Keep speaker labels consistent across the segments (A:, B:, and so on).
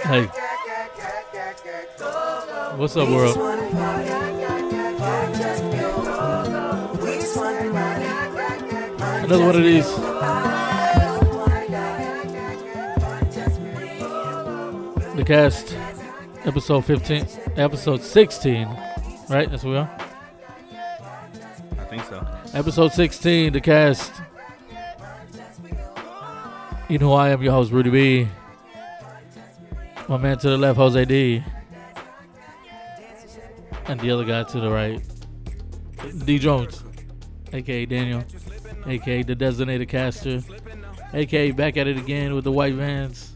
A: Hey. What's up, world? Another one of these. The cast, episode 15, episode 16, right? That's where we are.
B: I think so.
A: Episode 16, the cast. You know who I am your host, Rudy B. My man to the left, Jose D. And the other guy to the right, D Jones, aka Daniel, aka the designated caster, aka back at it again with the white vans,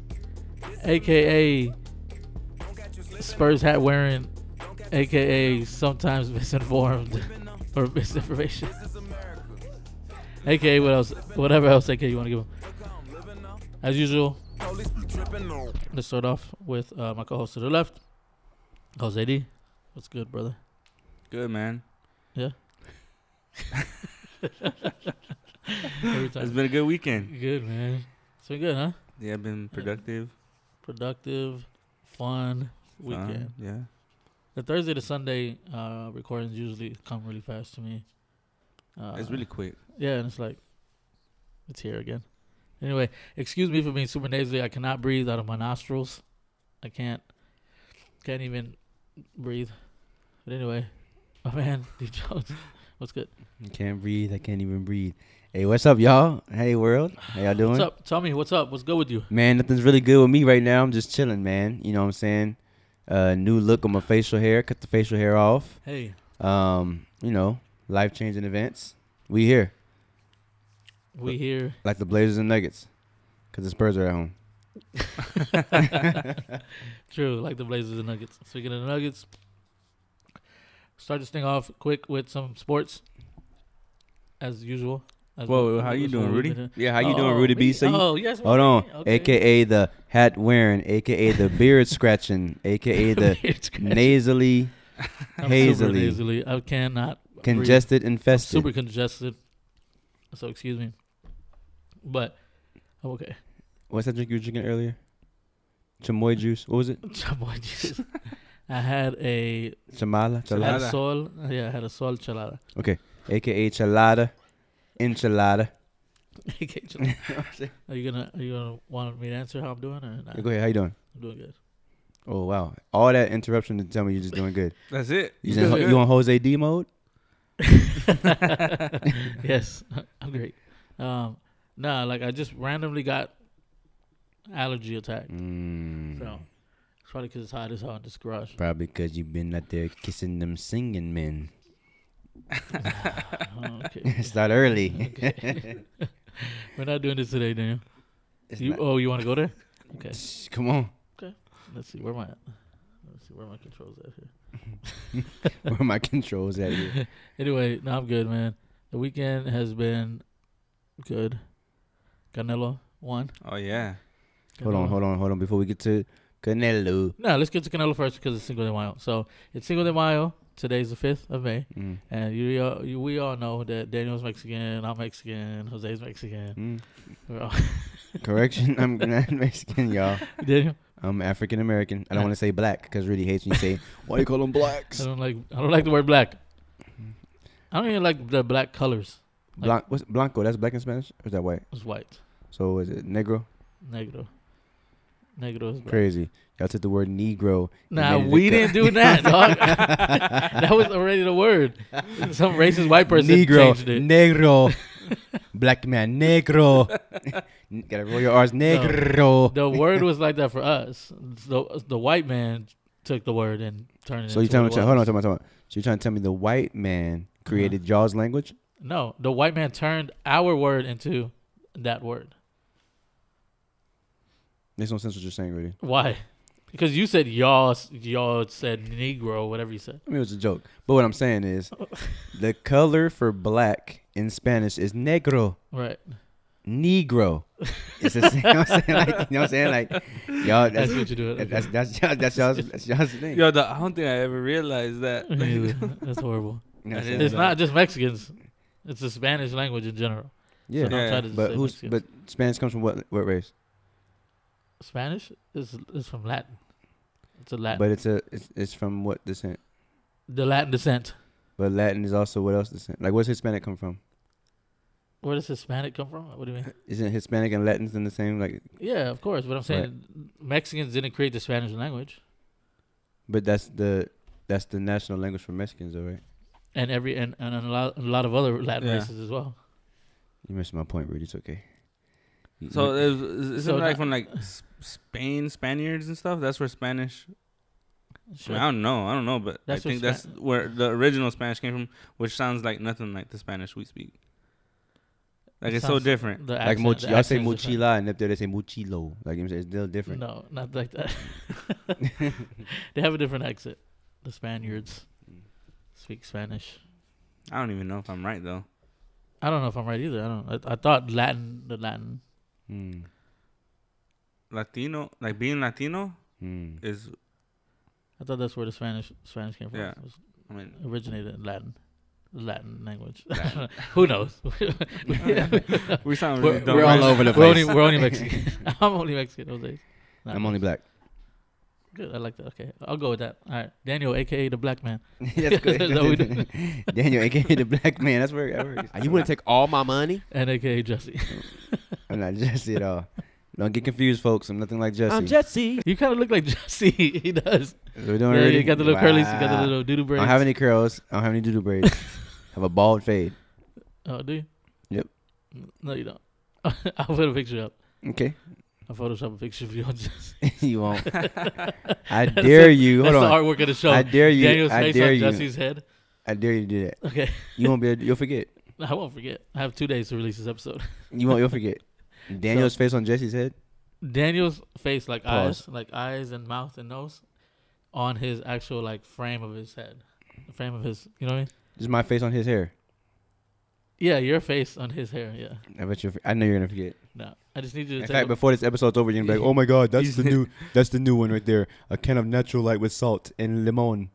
A: aka Spurs hat wearing, aka sometimes misinformed or misinformation. AKA what else? Whatever else AKA you want to give them. As usual, let's start off with uh, my co-host to the left, Jose D. What's good, brother?
B: Good man.
A: Every
B: It's
A: time.
B: been a good weekend.
A: Good man. It's been good, huh?
B: Yeah, been productive.
A: Productive, fun
B: fun,
A: weekend.
B: Yeah.
A: The Thursday to Sunday uh, recordings usually come really fast to me. Uh,
B: it's really quick.
A: Yeah, and it's like, it's here again. Anyway, excuse me for being super nasally. I cannot breathe out of my nostrils. I can't, can't even breathe. But anyway, my man, D Jones, what's good?
C: I can't breathe. I can't even breathe. Hey, what's up, y'all? Hey, world. How y'all doing?
A: What's up? Tell me, what's up? What's good with you?
C: Man, nothing's really good with me right now. I'm just chilling, man. You know what I'm saying? Uh, new look on my facial hair. Cut the facial hair off.
A: Hey,
C: Um, you know, life changing events. We here,
A: we here.
C: like the Blazers and Nuggets, because the Spurs are at home.
A: True, like the Blazers and Nuggets. Speaking of the Nuggets, start this thing off quick with some sports, as usual. As
B: Whoa, how you
A: as
B: doing,
A: we've
B: Rudy? Uh,
A: been doing.
C: Yeah, how you doing,
A: Oh,
C: Rudy B?
A: me?
C: So you,
A: oh, yes.
C: hold
A: me.
C: on,
A: Okay.
C: aka the hat wearing, aka the beard scratching, aka the
A: It's crazy.
C: nasally,
A: I'm super
C: hazily.
A: nasally. I cannot. breathe.
C: congested, infested.
A: Super congested. So excuse me, but I'm okay.
C: What's that drink you were drinking earlier? Chamoy juice. What was it?
A: Chamoy juice. I had a I
C: Chamala.
A: had
C: Chalada.
A: a sol. Yeah, I had a sol chalada.
C: Okay. AKA chalada. Enchilada.
A: Okay, chalada. are you gonna Are you gonna want me to answer how I'm doing or not?
C: Go ahead. How you doing?
A: I'm doing good.
C: Oh wow! All that interruption to tell me you're just doing good.
B: That's it.
C: You,
A: doing
C: in,
A: good.
C: you on Jose D mode?
A: yes, I'm great. Um, nah, like I just randomly got allergy attack.
C: Mm,
A: So it's probably because it's hot as hell in this garage.
C: Probably because you've been out there kissing them singing men.
A: okay.
C: Start early.
A: okay. We're not doing this today, Daniel.
C: It's
A: You,
C: not-
A: oh, you want to go there? Okay.
C: Shh, Come on.
A: Let's see. Where am I at? Let's see. Where my controls at here?
C: Where are my controls at? Here?
A: Anyway, no, I'm good, man. The weekend has been good. Canelo won.
B: Oh yeah.
C: Hold on, hold on, hold on. Before we get to Canelo.
A: No, let's get to Canelo first because it's Cinco de Mayo. So it's Cinco de Mayo. Today's the 5th of May.
C: Mm.
A: And you, all- you we all know that Daniel's Mexican, I'm Mexican, Jose's Mexican.
C: Mm.
A: We're all-
C: Correction. I'm not Mexican, y'all.
A: Daniel,
C: I'm African American. I don't want to say black because Rudy hates when you say why you call them
A: I
C: blacks.
A: don't like I don't like the word black. Mm-hmm. I don't even like the black colors.
C: Blan- what's blanco? That's black in Spanish. Or is that white?
A: It's white,
C: So is it negro?
A: negro, negro. Is black.
C: Crazy. Y'all took the word negro. and
A: Nah,
C: made it a
A: we
C: co-
A: didn't do that, dog. that was already the word. Some racist white person
C: negro,
A: changed it.
C: negro, black man, negro. Gotta roll your R's, negro.
A: The word was like that for us. The the white man took the word and turned it.
C: So you
A: into
C: trying
A: what
C: to
A: it
C: tell? Hold on,
A: was.
C: hold on, hold on. So you trying to tell me the white man created
A: Uh-huh.
C: Jaws language?
A: No, the white man turned our word into that word.
C: Makes no sense what you're saying, Rudy.
A: Why? Because you said y'all, y'all said Negro, whatever you said.
C: I mean, it was a joke. But what I'm saying is, the color for black in Spanish is negro.
A: Right.
C: Negro. It's the same. You know what I'm saying? Like, you know what I'm saying? Like, y'all, that's,
A: That's what you do.
C: that's, that's, y'all, that's, y'all's, that's y'all's thing.
B: Yo, the, I don't think I ever realized that.
A: Really, That's horrible.
C: You know
B: That
C: what I'm saying?
B: is
A: It's not just Mexicans. It's the Spanish language in general.
C: Yeah.
A: So don't try to
C: But
A: say
C: who's
A: Mexicans.
C: but Spanish comes from what what race?
A: Spanish is is from Latin. It's a Latin.
C: But it's a it's, it's from what descent?
A: the Latin descent.
C: But Latin is also what else descent? Like where's Hispanic come from?
A: Where does Hispanic come from? What do you mean?
C: Isn't Hispanic and Latin's in the same like?
A: Yeah, of course. But I'm saying Mexicans didn't create the Spanish language,
C: But that's the that's the national language for Mexicans, though, right?
A: and every and, and a lot a lot of other Latin
B: Yeah.
A: races as well.
C: You missed my point, Rudy. It's okay. You-
B: So
C: you-
B: it was- is- isn't
A: So uh,
B: it like
A: that-
B: from like S- Spain, Spaniards and stuff? That's where Spanish. I,
A: Sure.
B: mean, I don't know. I don't know, but
A: That's
B: I
A: where
B: think
A: Spa-
B: that's where the original Spanish came from, which sounds like nothing like the Spanish we speak. Like
A: It
B: it's so
A: sounds-
B: different.
A: The
C: like
A: accent-
C: mochi,
A: the
C: y'all say
A: accent's different.
C: mochila, and up there they say mochilo. Like you know, it's still different.
A: No, not like that. they have a different accent. The Spaniards speak Spanish.
B: I don't even know if I'm right though.
A: I don't know if I'm right either. I don't. I, I thought Latin, the Latin.
C: Mm.
B: Latino, like being Latino,
C: Mm.
B: is
A: I thought that's where the Spanish Spanish came from.
B: Yeah.
A: It was
B: I mean,
A: originated in Latin, the Latin language.
B: Latin.
A: Who knows?
B: we sound really
A: we're,
B: dumb.
C: we're
B: right
C: all
B: now.
C: over the
A: we're
C: place.
A: only we're only Mexican. I'm only Mexican those days. Nah,
C: I'm only black.
A: good. I like that. Okay, I'll go with that. All right, Daniel, aka the black man.
C: That's good.
A: Is that what we do?
C: Daniel, aka the black man. That's where that works.
D: You want to take all my money?
A: and aka Jesse.
C: I'm not Jesse at all. Don't get confused, folks. I'm nothing like Jesse.
D: I'm Jesse.
A: You kind of look like Jesse. he does.
C: So we're doing
A: yeah,
C: Rudy?
A: you got the little curlies. You got
C: Wow.
A: the little doodoo
C: I
A: braids.
C: don't have any curls. I don't have any doodoo braids. have a bald fade.
A: Oh, do you?
C: Yep.
A: No, you don't. I'll put a picture up.
C: Okay.
A: I'll Photoshop a picture of you on Jesse.
C: you won't. I dare
A: it.
C: you. Hold
A: That's
C: on.
A: the artwork of the show.
C: I dare you.
A: Daniel's
C: I
A: face
C: dare
A: on
C: you.
A: Jesse's head.
C: I dare you to do that.
A: Okay.
C: You won't be. able to- You'll forget.
A: I won't forget. I have two days to release this episode.
C: You won't. You'll forget. Daniel's face on Jesse's head.
A: Daniel's face, like
C: Pause.
A: eyes, like eyes and mouth and nose, on his actual like frame of his head, the frame of his. You know what I mean?
C: Just my face on his hair.
A: Yeah, your face on his hair. Yeah.
C: I bet you. will I know you're gonna forget.
A: No, I just need you to
C: In
A: take.
C: fact, before this episode's over, you're gonna be like, "Oh my God, that's the new. That's the new one right there. A can of natural light with salt and limon."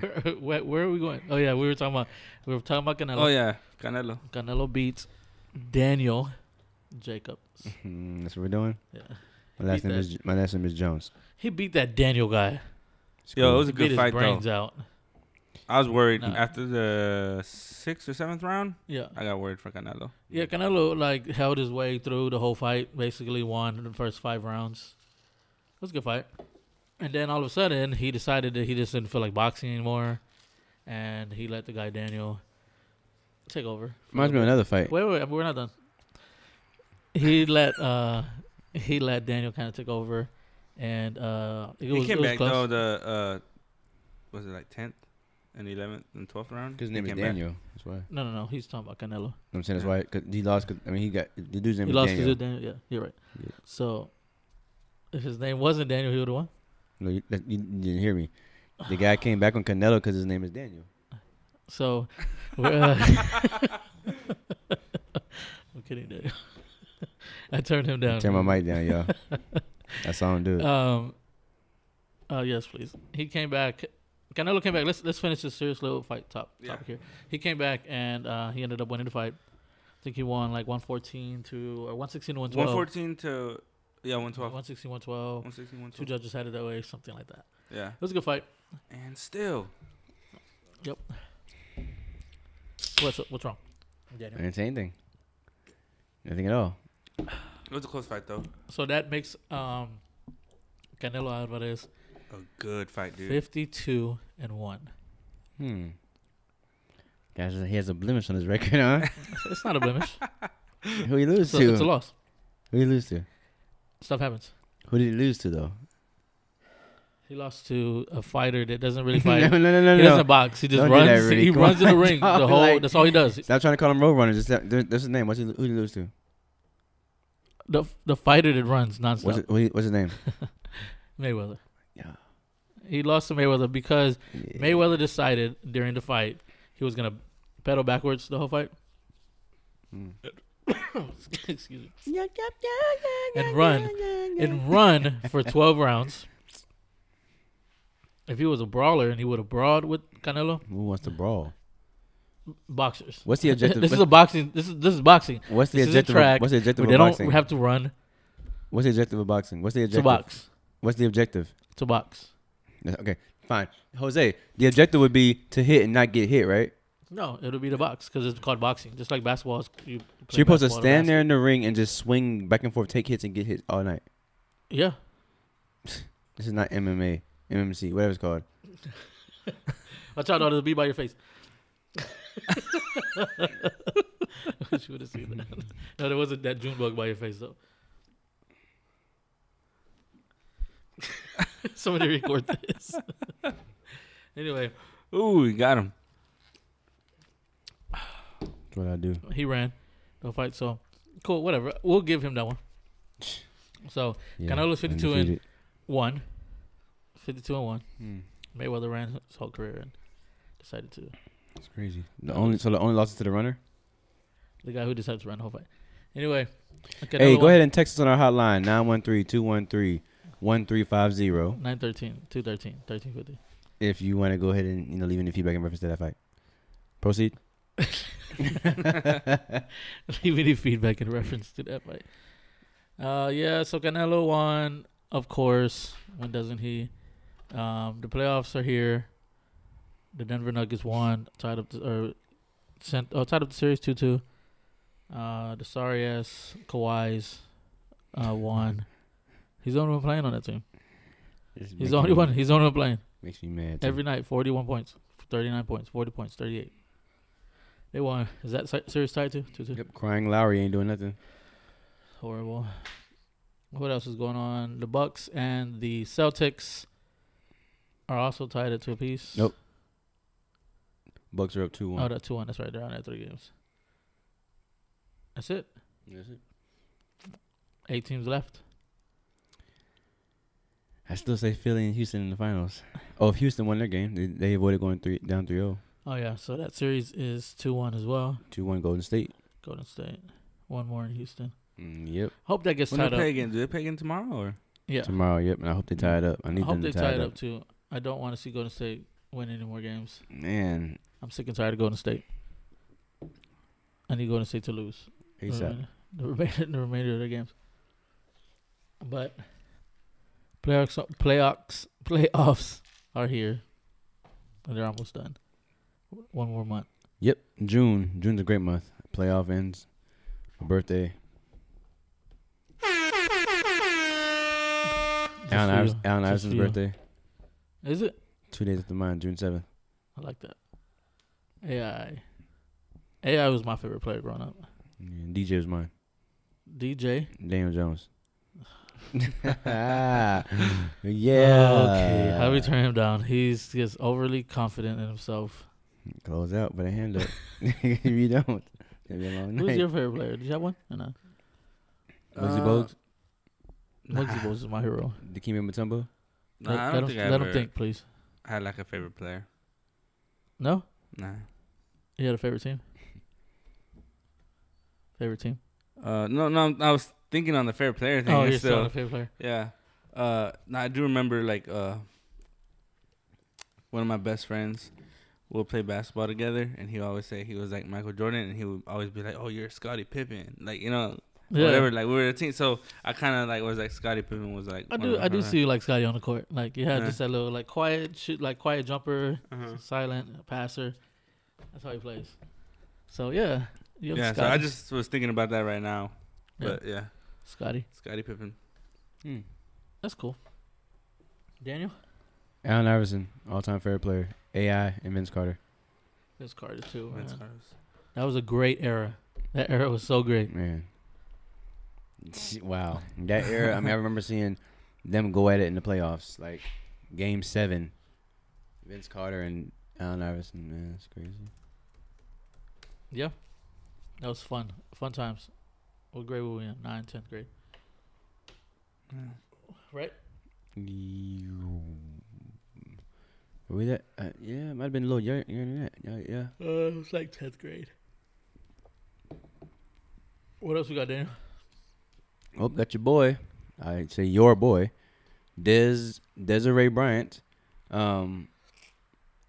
A: where, where, where are we going? Oh yeah, we were talking about we were talking about Canelo.
B: Oh yeah, Canelo.
A: Canelo beats Daniel Jacobs.
C: Mm, that's what we're doing.
A: Yeah.
C: My last
A: Beat
C: name
A: that.
C: is J- my last name is Jones.
A: He beat that Daniel guy.
C: It's
B: Yo, it was
A: He
B: a
A: beat
B: good
A: his
B: fight
A: brains
B: though.
A: out.
B: I was worried
A: No.
B: after the sixth or seventh round.
A: Yeah.
B: I got worried for Canelo.
A: Yeah, Canelo like held his way through the whole fight, basically won the first five rounds. It was a good fight. And then all of a sudden he decided that he just didn't feel like boxing anymore. And he let the guy Daniel take over.
C: Reminds me of another fight.
A: Wait, wait, we're not done. He let uh he let Daniel kinda take over and uh it
B: He
A: was,
B: came
A: it was
B: back
A: close.
B: though. The uh, was it like tenth and eleventh and twelfth round?
C: His
B: He
C: name is
B: came back.
C: Daniel. That's why.
A: No no no, he's talking about Canelo.
C: I'm saying that's why. Cause he lost. 'cause- I mean, he got the dude's name
A: He
C: is
A: lost
C: Daniel.
A: to Daniel, yeah, you're right.
C: Yeah.
A: So if his name wasn't Daniel, he would have won.
C: No, you, that, you didn't hear me. The guy came back on Canelo because his name is Daniel.
A: So, we're, uh, I'm kidding, Daniel. I turned him down.
C: Turn my mic down, y'all. I saw him do it.
A: Um. Uh, yes, please. He came back. Canelo came back. Let's let's finish this serious little fight top
B: Yeah.
A: topic here. He came back and uh, he ended up winning the fight. I think he won like 114 to or 116 to 112.
B: One fourteen to yeah, one twelve.
A: 116 112.
B: One sixteen, one
A: Two
B: twelve.
A: judges had it that way, something like that.
B: Yeah,
A: It was a good fight.
B: and still
A: What's up? What's wrong? Daniel.
C: I didn't say anything. Nothing at all.
B: it was a close fight though.
A: So that makes um, Canelo Alvarez
B: A good fight, dude.
A: 52 and 1.
C: Hmm. Guys, he has a blemish on his record, huh?
A: It's not a blemish.
C: Who he lose
A: it's, a,
C: to?
A: it's a loss.
C: Who he lose to?
A: Stuff happens.
C: Who did he lose to though?
A: He lost to a fighter that doesn't really
C: no,
A: fight.
C: no, no, no,
A: he
C: no.
A: doesn't box. He just
C: Don't do
A: runs.
C: that, Rudy.
A: He
C: Come
A: runs in the
C: on,
A: ring. The
C: dog,
A: whole.
C: like-
A: that's all he does.
C: Stop trying to call him Road Runner. Just that, there, that's his name. What's he, who did he lose to?
A: The the fighter that runs nonstop.
C: What's, it, what he, what's his name?
A: Mayweather.
C: Yeah.
A: He lost to Mayweather because
C: Yeah.
A: Mayweather decided during the fight he was gonna pedal backwards the whole fight.
C: Mm.
A: Excuse me. And run and run for 12 rounds. If he was a brawler and he would have brawled with Canelo,
C: Who wants to brawl?
A: boxers.
C: What's the objective?
A: this is a boxing. This is this is boxing.
C: What's the
A: this is a
C: objective? of-
A: track
C: what's the objective
A: They
C: of
A: don't
C: boxing?
A: have to run.
C: What's the objective of boxing? What's the
A: It's a
C: objective?
A: box.
C: What's the objective?
A: It's a box.
C: That's- Okay, fine. Jose, the objective would be to hit and not get hit, right?
A: No, it'll be the box because it's called boxing. Just like basketball, is- you.
C: So you're supposed to stand there in the ring and just swing back and forth, take hits, and get hit all night.
A: Yeah,
C: This is not MMA, MMC, whatever it's called.
A: watch out! It'll be by your face. Wish you would have seen that. No, there wasn't that June bug by your face though. Somebody record this. anyway,
B: Ooh, you got him.
C: That's what I do.
A: he ran no fight, so cool. Whatever, we'll give him that one. So
C: Yeah,
A: Canelo's 52 and-
C: undefeated.
A: one, 52 and one.
C: Hmm,
A: Mayweather ran his whole career and decided to
C: It's crazy. The only so the only losses to the runner.
A: The guy who decides to run the whole fight. Anyway. Okay,
C: hey, go ahead and text us on our hotline 913-213-1350
A: 913, 213, 1350.
C: if you want to go ahead and you know leave any feedback in reference to that fight. Proceed.
A: Leave any feedback in reference to that fight. Uh, yeah, so Canelo won, of course. When doesn't he? Um, the playoffs are here. The Denver Nuggets won, tied up, the, or sent, oh, tied up the series 2 2. Uh, the sorry ass Kawhi's uh, won. He's the only one playing on that team. He's the only one. He's the only one playing.
C: Makes me mad. too.
A: Every night, 41 points, 39 points, 40 points, 38. They won. Is that si- series tied to? 2 2.
C: Yep, crying Lowry ain't doing nothing.
A: Horrible. What else is going on? The Bucks and the Celtics are also tied at two apiece.
C: Nope. Bucks are up two
A: Oh,
C: one.
A: that's 2 1. That's right. They're on at three games. That's it. Eight teams left.
C: I still say Philly and Houston in the finals. Oh, if Houston won their game, they, they avoided going three down 3-0.
A: Oh, yeah. So that series is 2 1 as well.
C: 2-1 Golden State.
A: Golden State. One more in Houston.
C: Mm, yep.
A: Hope that gets
B: When they
A: tied up.
B: play again, do they play again tomorrow or?
A: Yeah.
C: Tomorrow, yep. And I hope they tie it up. I
A: I
C: need
A: hope
C: them
A: they
C: to
A: tie it
C: up.
A: up, too. I don't want to see Golden State win any more games.
C: Man,
A: I'm sick and tired of Golden State. I need Golden State to lose. The
C: ASAP.
A: remainder- Mm-hmm. The remainder, the remainder of their games. But playoffs, playoffs, playoffs are here, and they're almost done. One more month.
C: Yep. June. June's a great month. Playoff ends. My birthday.
A: Just for you.
C: Allen, Ivers- Allen
A: Just
C: Iverson's
A: for you.
C: birthday.
A: Is it?
C: Two days after mine, June 7th.
A: I like that. AI. AI was my favorite player growing up.
C: And DJ was mine.
A: DJ.
C: Daniel Jones.
A: Okay.
C: yeah.
A: How do we turn him down? He's just overly confident in himself.
C: Close out, but a hand up. if you don't, it'll be a long
A: Who's
C: night.
A: your favorite player? Did you have one? Or not?
C: Muggsy
B: Uh,
C: Bogues,
A: Muggsy Bogues is my hero.
C: Dikembe Mutombo.
B: Nah,
A: let
B: I
A: let
B: don't
A: him,
B: think I
A: let
B: ever
A: him think, please.
B: had like a favorite player.
A: No,
B: Nah.
A: you had a favorite team. Favorite team.
B: Uh, no, no. I was thinking on the favorite player thing.
A: Oh,
B: it's
A: you're still
B: still-
A: on a favorite player.
B: Yeah. Uh no, I do remember like uh one of my best friends would play basketball together and he always say he was like Michael Jordan and he would always be like, Oh, you're Scottie Pippen like, you know,
A: Yeah.
B: whatever, like we were a team. So I kinda like was like Scottie Pippen was like
A: I
B: one of
A: do.
B: my
A: I do
B: favorite-
A: see you like Scotty on the court. Like you had
B: Yeah.
A: just that little like quiet shoot, like quiet jumper,
B: Uh-huh.
A: silent passer. That's how he plays. So yeah, you have
B: Yeah, so
A: Scotty.
B: I just was thinking about that right now.
A: Yeah.
B: But yeah,
A: Scotty.
B: Scottie Pippen.
A: Hmm. That's cool. Daniel.
C: Allen Iverson, all-time favorite player. AI and Vince Carter.
A: That's Carter too.
B: Vince
A: man.
B: Carlos.
A: That was a great era. That era was so great.
C: Man. Wow. That era, I mean, I remember seeing them go at it in the playoffs. Like, game seven. Vince Carter and Allen Iverson. Man, that's crazy.
A: Yeah. That was fun. Fun times. What grade were we in? Nine, tenth grade.
B: Yeah.
A: Right?
C: Were we that? Uh, yeah, it might have been a little younger younger than that. Yeah, yeah.
A: Uh, it was like tenth grade. What else we got, Daniel?
C: Oh, got your boy. I say your boy, Des Desiree Bryant. Um,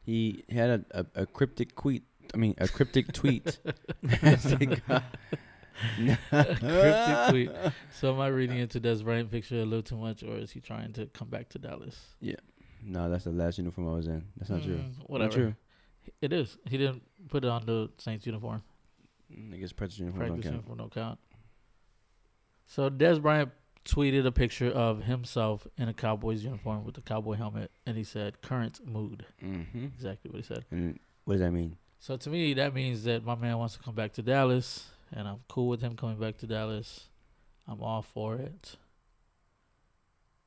C: he had a, a, a cryptic tweet. I mean, a cryptic tweet. As they got-
A: Cryptic tweet. So am I reading into Des Bryant picture a little too much, or is he trying to come back to Dallas?
C: No, that's the last uniform I was in. That's not true.
A: Mm,
C: Not
A: Whatever.
C: true.
A: It is. He didn't put it on the Saints uniform.
C: Niggas practice uniforms don't
A: Practice
C: count.
A: uniform, no count. So Des Bryant tweeted a picture of himself in a Cowboys uniform with a cowboy helmet, and he said, "Current mood."
C: Mm-hmm.
A: Exactly what he said.
C: And what does that mean?
A: So to me, that means that my man wants to come back to Dallas, and I'm cool with him coming back to Dallas. I'm all for it.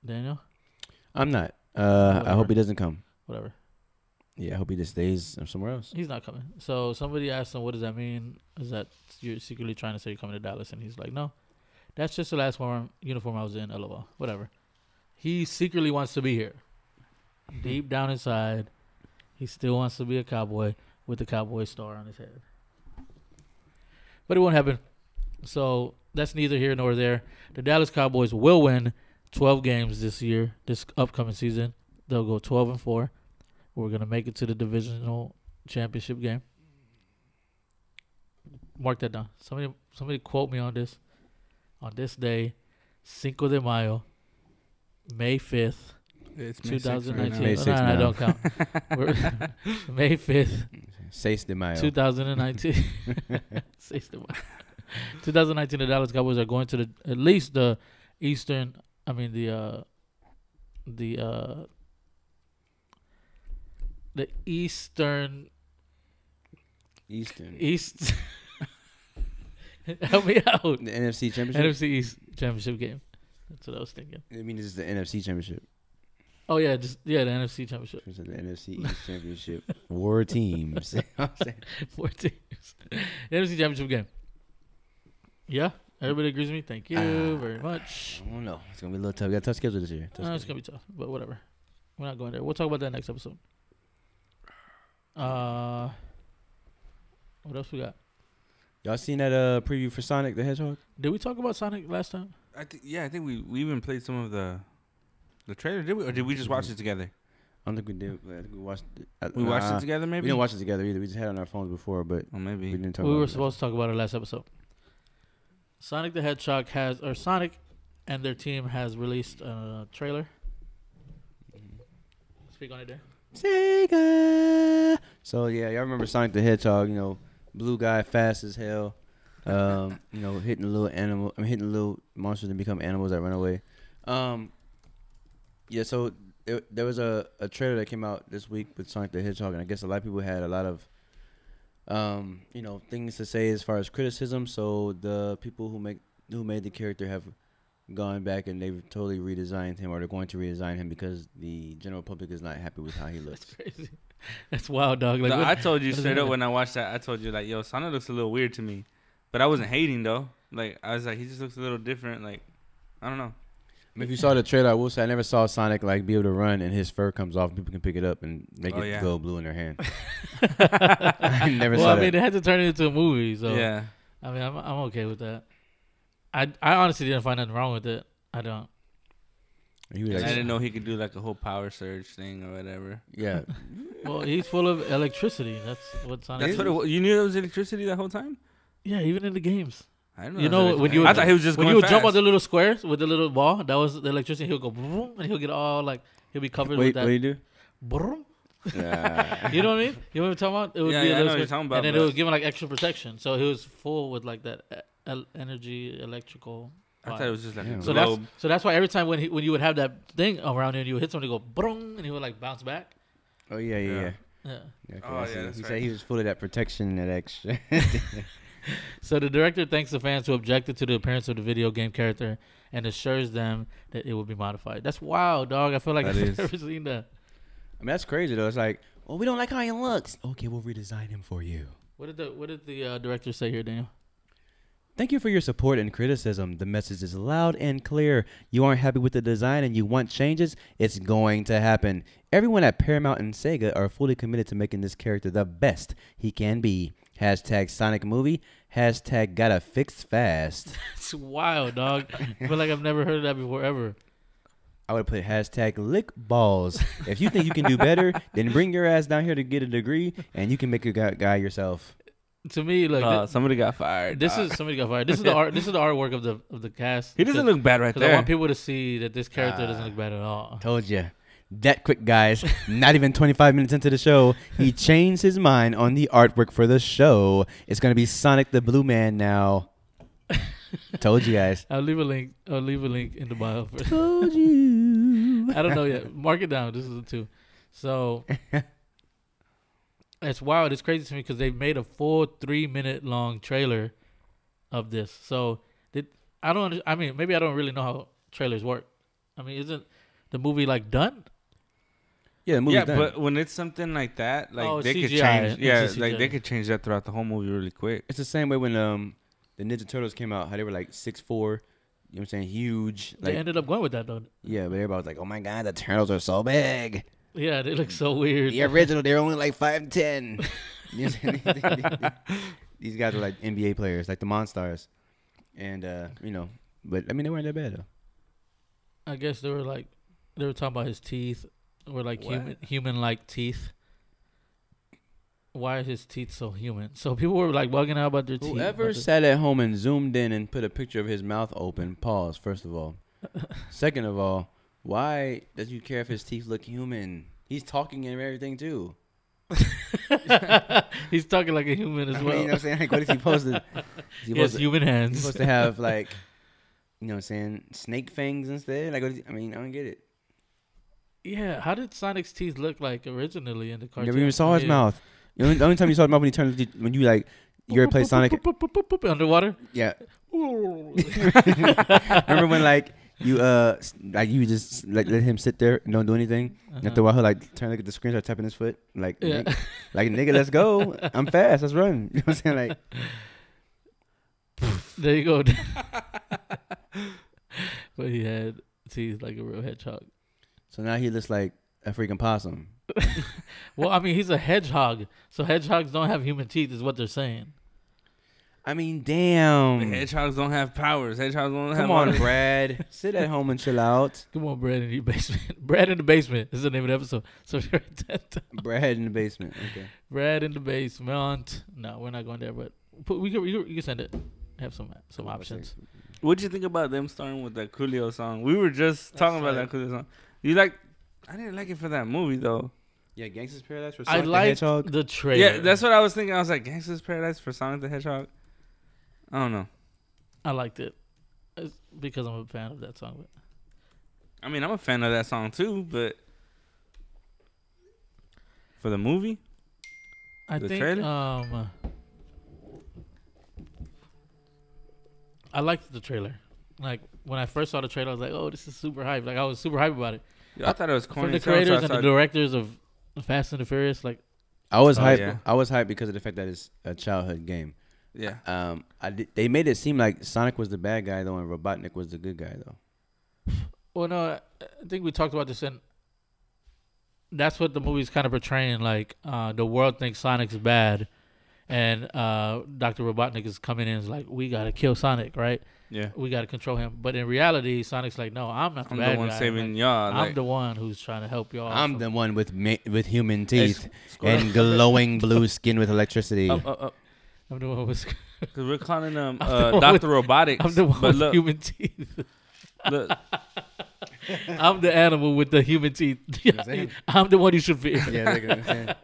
A: Daniel,
C: I'm not. Uh, I
A: Whatever.
C: hope he doesn't come.
A: whatever.
C: Yeah, I hope he just stays somewhere else.
A: He's not coming. So somebody asked him, "What does that mean? Is that you're secretly trying to say you're coming to Dallas?" And he's like, "No, that's just the last form, uniform I was in. LOL. Whatever." He secretly wants to be here. Deep down inside, he still wants to be a cowboy with the cowboy star on his head. But it won't happen. So that's neither here nor there. The Dallas Cowboys will win 12 games this year, this upcoming season. They'll go 12 and 4. We're going to make it to the divisional championship game. Mark that down. Somebody, somebody quote me on this. On this day, Cinco de Mayo, May fifth,
B: It's May
A: two
B: 6th right
A: thousand nineteen.
B: now.
C: May
A: no,
C: 6th
A: no, I
C: now.
A: don't count. We're- May fifth,
C: Seis de Mayo.
A: two thousand and nineteen. Six to one. 2019, the Dallas Cowboys are going to the at least the Eastern. I mean the uh, the uh, the Eastern
C: Eastern.
A: East. Help me out.
C: The NFC Championship.
A: NFC East championship game. That's what I was thinking.
C: I mean, this is the NFC Championship.
A: Oh yeah, just yeah, the NFC championship.
C: It's the NFC East Championship. War teams.
A: Four teams. The NFC championship game. Yeah, everybody agrees with me. Thank you
C: Ah.
A: very much.
C: I don't know. It's gonna be a little tough. We got a tough schedule this year. Tough
A: Uh, it's
C: schedule.
A: gonna be tough, but whatever. We're not going there. We'll talk about that next episode. Uh, what else we got?
C: Y'all seen that uh preview for Sonic the Hedgehog?
A: Did we talk about Sonic last time?
B: I thi- yeah, I think we, we even played some of the the trailer, did we? Or did we just watch it together?
C: I don't think we did. but I think we watched. It. uh,
B: We watched
C: Mm-hmm. nah,
B: it together, maybe.
C: We didn't watch it together either. We just had it on our phones before, but
B: Well,
C: we
B: maybe.
C: didn't talk.
A: we
C: about
A: were
C: it.
A: supposed to talk about it last episode. Sonic the Hedgehog has, or Sonic and their team has released a trailer.
B: Mm-hmm.
A: Speak on it, Dan.
C: Sega. So yeah, y'all remember Sonic the Hedgehog? You know, blue guy, fast as hell. Um, you know, hitting little animal. I'm hitting little monsters that become animals that run away. Um, yeah. So there, there was a, a trailer that came out this week with Sonic the Hedgehog, and I guess a lot of people had a lot of, um, you know, things to say as far as criticism. So the people who make who made the character have gone back and they've totally redesigned him, or they're going to redesign him because the general public is not happy with how he looks.
A: That's crazy. That's wild, dog. Like,
B: No,
A: what-
B: I told you
A: what does
B: straight
A: that
B: up
A: mean?
B: when I watched that. I told you like, yo, Sana looks a little weird to me, but I wasn't hating though. Like I was like, he just looks a little different. Like I don't know.
C: I mean, if you saw the trailer, I will say I never saw Sonic like be able to run and his fur comes off and people can pick it up and make
B: Oh,
C: it
B: yeah.
C: go blue in their hand. I never
A: well,
C: saw
A: I mean,
C: that.
A: they had to turn it into a movie, so
B: yeah,
A: I mean, I'm I'm okay with that. I I honestly didn't find nothing wrong with it. I don't.
C: He was
B: And I
C: like,
B: didn't know he could do like a whole power surge thing or whatever.
C: yeah,
A: Well, he's full of electricity. That's what Sonic.
B: That's
A: is.
B: what it was. you knew it was electricity that whole time.
A: yeah, even in the games.
B: I didn't
A: You
B: it was
A: know, when you
B: electricity. I
A: would-
B: thought he was just
A: when
B: going
A: you would
B: fast.
A: jump on the little squares with the little ball, that was the electricity. He'll go boom, and he'll get all like he'll be covered with
C: wait, what
A: that.
C: do you do?
A: Vroom.
C: Nah.
A: You know what I mean? You know what I'm talking about? It would
B: Yeah,
A: be
B: yeah,
A: a
B: I
A: little
B: know what you're
A: square,
B: talking about,
A: and then it
B: but-
A: would give him like extra protection. So he was full with like that e- el- energy electrical.
B: I
A: vibe.
B: thought it was just like
C: Damn.
B: a
A: so that's
B: globe.
A: so that's why every time when he, when you would have that thing around you and you would hit something, go boom, and he would like bounce back.
C: Oh yeah, yeah,
B: Yeah.
C: yeah.
A: Yeah.
C: yeah okay,
B: Oh,
C: I
B: yeah,
C: see.
B: that's
C: he
B: right.
C: said he was full of that protection and that extra.
A: So the director thanks the fans who objected to the appearance of the video game character and assures them that it will be modified. That's wild, dog. I feel like
B: That
A: I've
B: is.
A: never seen that.
C: I mean, that's crazy though. It's like, well, we don't like how he looks. Okay, we'll redesign him for you.
A: What did the What did the uh, director say here, Daniel?
C: Thank you for your support and criticism. The message is loud and clear. You aren't happy with the design and you want changes? It's going to happen. Everyone at Paramount and Sega are fully committed to making this character the best he can be. Hashtag Sonic Movie. Hashtag Gotta Fix Fast.
A: It's wild, dog. I feel like I've never heard of that before ever.
C: I would put hashtag Lick Balls. If you think you can do better, then bring your ass down here to get a degree and you can make a gu- guy yourself.
A: to me, like
B: Uh,
A: thi-
B: somebody got fired.
A: this
B: dog.
A: is somebody got fired. This is the art. This is the artwork of the of the cast.
B: He doesn't
A: Because-
B: look bad right
A: 'cause I
B: there.
A: want people to see that this character doesn't
C: Ah.
A: look bad at all.
C: Told you. That quick, guys. Not even 25 minutes into the show, he changed his mind on the artwork for the show. It's going to be Sonic the Blue Man now. Told you guys.
A: I'll leave a link. I'll leave a link in the bio. For
C: Told you.
A: I don't know yet. Mark it down. This is a two. So it's wild. It's crazy to me because they made a full three minute long trailer of this. So did I don't. under- I mean, maybe I don't really know how trailers work. I mean, isn't the movie like done?
C: Yeah, the movie's
B: yeah,
C: done.
B: but when it's something like that, like
A: Oh,
B: they could
A: CGI.
B: change.
A: It's
B: Yeah,
A: just
B: like
A: CGI.
B: they could change that throughout the whole movie really quick.
C: it's the same way when um the Ninja Turtles came out, how they were like six four, you know what I'm saying, huge.
A: they
C: Like
A: ended up going with that though.
C: yeah, but everybody was like, Oh my god, the turtles are so big.
A: Yeah, they look so weird.
C: The original, they're only like five and ten. You know what I'm saying? These guys were like NBA players, like the Monstars. And uh, you know, but I mean they weren't that bad though.
A: I guess they were like they were talking about his teeth were like
B: What?
A: human human like teeth. Why are his teeth so human? So people were like bugging out about their teeth.
C: Whoever
A: about their-
C: sat at home and zoomed in and put a picture of his mouth open, pause, first of all. Second of all, why does you care if his teeth look human? He's talking and everything too.
A: He's talking like a human as
C: I mean,
A: well.
C: you know what I'm saying? Like, what is he supposed to? Is he
A: he has
C: supposed, to,
A: human
C: he's
A: hands.
C: supposed to have like, you know, what I'm saying snake fangs instead. Like, what is, I mean, I don't get it.
A: yeah, how did Sonic's teeth look like originally in the
C: You
A: cartoon?
C: never even saw his
A: Yeah.
C: mouth. The only, the only time you saw his mouth when he turned the- when you like you ever played Sonic.
A: underwater.
C: Yeah,
A: yeah,
C: remember when like you uh s- like you just like let him sit there and don't do anything. And after a while, he like turn look at the screen, start tapping his foot. Like,
A: Uh-huh. Yeah.
C: nigga, like nigga, let's go. I'm fast. Let's run. You know what I'm saying? Like,
A: there you go. but he had teeth like a real hedgehog.
C: so now he looks like a freaking possum.
A: Well, I mean, he's a hedgehog, so hedgehogs don't have human teeth, is what they're saying.
C: I mean,
B: Like,
C: damn.
B: hedgehogs don't have powers. Hedgehogs don't have.
C: Come
B: all
C: on,
B: this-
C: Brad. Sit at home and chill out.
A: Come on, Brad in the basement. Brad in the basement is the name of the episode. So write that down.
C: Brad in the basement. Okay.
A: Brad in the basement. No, we're not going there, but but we can we can, you can send it. Have some some options.
B: What'd you think about them starting with that Coolio song? We were just talking about
A: right.
B: that Coolio song. You like? I didn't like it for that movie though.
C: Yeah, Gangsta's Paradise for
A: I like the,
C: Hedgehog.
A: trailer.
B: Yeah, that's what I was thinking. I was like, Gangsta's Paradise for Sonic the Hedgehog. I don't know.
A: I liked it it's because I'm a fan of that song. But
B: I mean, I'm a fan of that song too, but for the movie,
A: I
B: The
A: think
B: trailer?
A: um I liked the trailer. Like when I first saw the trailer, I was like, "Oh, this is super hype!" Like I was super hype about it.
B: I thought it was corny.
A: From the
B: as hell, so I
A: creators and the
B: saw-
A: directors of Fast and the Furious, like
C: I was
B: Oh,
C: hyped.
B: yeah.
C: I was hyped because of the fact that it's a childhood game.
B: yeah,
C: Um, I did, they made it seem like Sonic was the bad guy though, and Robotnik was the good guy though.
A: Well, no, I I think we talked about this, and that's what the movie's kind of portraying. Like uh, the world thinks Sonic's bad, and uh, Doctor Robotnik is coming in and is like, "We gotta kill Sonic, right?
B: yeah.
A: We gotta control him." But in reality, Sonic's like, "No, I'm not the
B: I'm
A: bad
B: the one
A: guy.
B: saving
A: Like,
B: y'all.
A: I'm
B: like-
A: the one who's trying to help y'all."
C: I'm the
A: from-
C: one with ma- with human
B: Hey,
C: teeth
B: squirrel.
C: and glowing blue skin with electricity.
B: Up, up, up.
A: I'm the one with.
B: Oh, Cause we're calling them
A: I'm the
B: uh,
A: one
B: Doctor
A: with-
B: Robotics.
A: I'm the one
B: but
A: with
B: look,
A: human teeth.
B: look,
A: I'm the animal with the human teeth.
C: saying?
A: I'm the one you should fear.
C: yeah, look at that.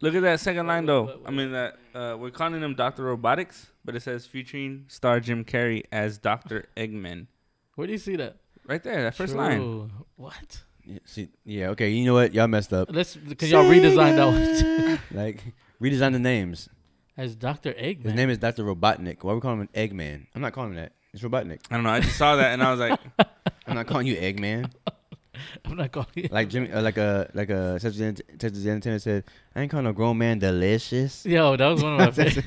B: look at that second line
A: wait,
B: though.
A: wait,
B: I mean that uh, we're calling them Doctor Robotics, but it says featuring star Jim Carrey as Doctor Eggman.
A: Where do you see that?
B: Right there, that first line.
A: True. What?
C: Yeah, see, yeah, okay. You know what? Y'all messed up.
A: Let's. Can y'all redesign that one? too?
C: Like, redesign the names.
A: As Doctor Eggman.
C: His name is Doctor Robotnik. Why we calling him Eggman? I'm not calling him that. It's Robotnik.
B: I don't know. I just saw that and I was like,
C: I'm not calling you Eggman.
A: I'm not calling it.
C: Like Jimmy, uh, like a like a Texas Entertainer said, I ain't calling no grown man delicious.
A: Yo, that was one of my favorites.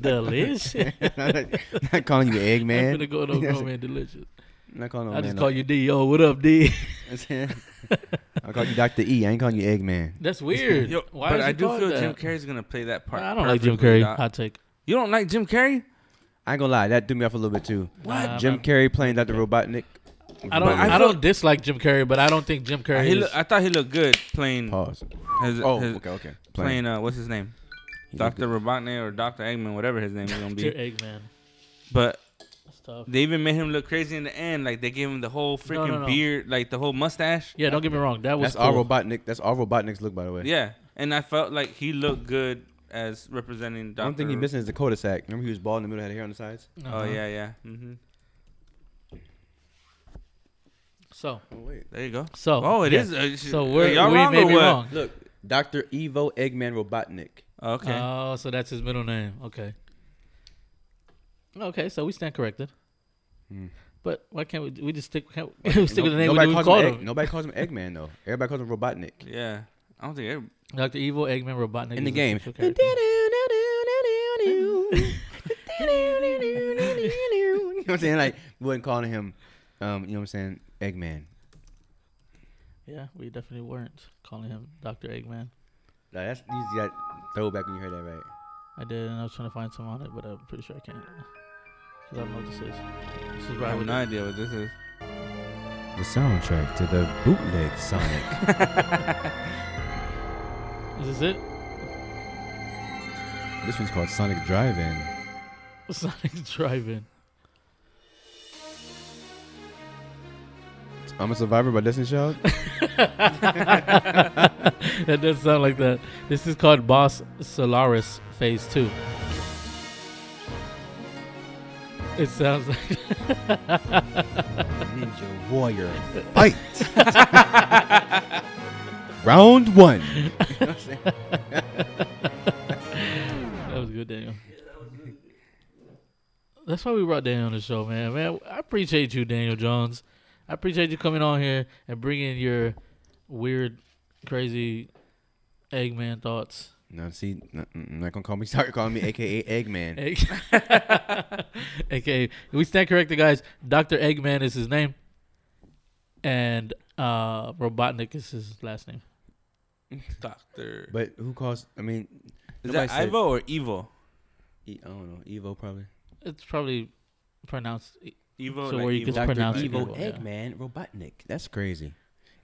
A: Delicious.
C: I'm not, not calling you
A: I'm gonna
C: Eggman.
A: go to Grown Man Delicious.
C: I'm not calling no
A: I
C: Oh, man.
A: just
C: no-
A: call you D. Yo, what up, D?
C: I call you Doctor E. I ain't calling you Eggman.
A: That's weird.
B: Yo,
A: Why
B: but
A: is
B: I
A: he
B: do
A: called
B: feel
A: that?
B: Jim Carrey's gonna play that part.
A: I don't like Jim Carrey.
B: perfectly, dog.
A: Hot take.
B: You don't like Jim Carrey?
C: I ain't gonna lie, that threw me off a little bit too.
A: What? Nah,
C: Jim
A: man.
C: Carrey playing Doctor Robotnik.
A: I don't.
B: But I
A: I,
B: feel-
A: don't dislike Jim Carrey, but I don't think Jim Carrey.
B: He
A: Is,
B: look, I thought he looked good playing.
C: Pause.
B: His,
C: Oh,
B: his-
C: okay, okay.
B: playing. Uh, what's his name? Doctor Robotnik or Doctor Eggman, whatever his name is gonna
A: Dear
B: be.
A: Eggman.
B: But
A: That's tough.
B: they even made him look crazy in the end. Like they gave him the whole freaking
A: no, no.
B: beard, like the whole mustache.
A: Yeah, don't get me wrong. That was
C: That's
A: cool.
C: all Robotnik. That's all Robotnik's look, by the way.
B: Yeah, and I felt like he looked good as representing Doctor.
C: One thing he's missing is the cul-de-sac. Remember, he was bald in the middle, had hair on the sides.
B: Oh
A: Uh-huh.
B: yeah, yeah. hmm
A: So
C: Oh wait,
B: There you go.
A: so
B: Oh, it
A: yeah.
B: is. uh, sh-
A: So
B: are
A: we're
B: y'all
A: we
B: wrong
A: may
B: or
A: be
B: what?
A: wrong.
C: look, Doctor Evo Eggman Robotnik.
B: Okay.
A: Oh, so that's his middle name. Okay. Okay, so we stand corrected.
C: Hmm.
A: But why can't we? We just stick. Can't we stick with the name
C: nobody
A: we, we
C: calls
A: called
C: him. Egg-
A: him.
C: nobody calls him Eggman though. Everybody calls him Robotnik.
B: yeah. I don't think. Every-
A: Doctor Evil, Eggman, Robotnik
C: In
A: is a
C: the game.
A: central character.
C: You know what I'm saying? Like, we wasn't calling him, um, you know what I'm saying, Eggman.
A: Yeah, we definitely weren't calling him Doctor Eggman.
C: Like, that's you got throwback when you heard that, right?
A: I did, and I was trying to find some on it, but I'm pretty sure I can't. Cause I don't know what this is. This is
B: I have
A: right.
B: no idea what this is.
C: The soundtrack to the bootleg Sonic.
A: Is this it?
C: this one's called Sonic Drive-In.
A: Sonic Drive-In.
C: I'm a Survivor by Destiny Child.
A: that does sound like that. This is called Boss Solaris Phase 2. It sounds like.
C: Ninja Warrior Fight. Round one.
A: That was good, Daniel. That's why we brought Daniel on the show, man. Man, I appreciate you, Daniel Jones. I appreciate you coming on here and bringing your weird, crazy Eggman thoughts.
C: No, see, no, mm, not gonna call me. Start calling me AKA Eggman.
A: Egg- okay, we stand corrected, guys. Doctor Eggman is his name, and uh, Robotnik is his last name.
B: Doctor.
C: But who calls? I mean,
B: is
C: nobody
B: that
C: said-
B: Ivo or Evo?
C: E- I don't know. Evo probably.
A: It's probably pronounced.
B: Evo.
A: So
B: like
A: where you could
B: evil.
A: Doctor pronounce it.
C: Evo
A: Evo, yeah.
C: Eggman Robotnik. That's crazy.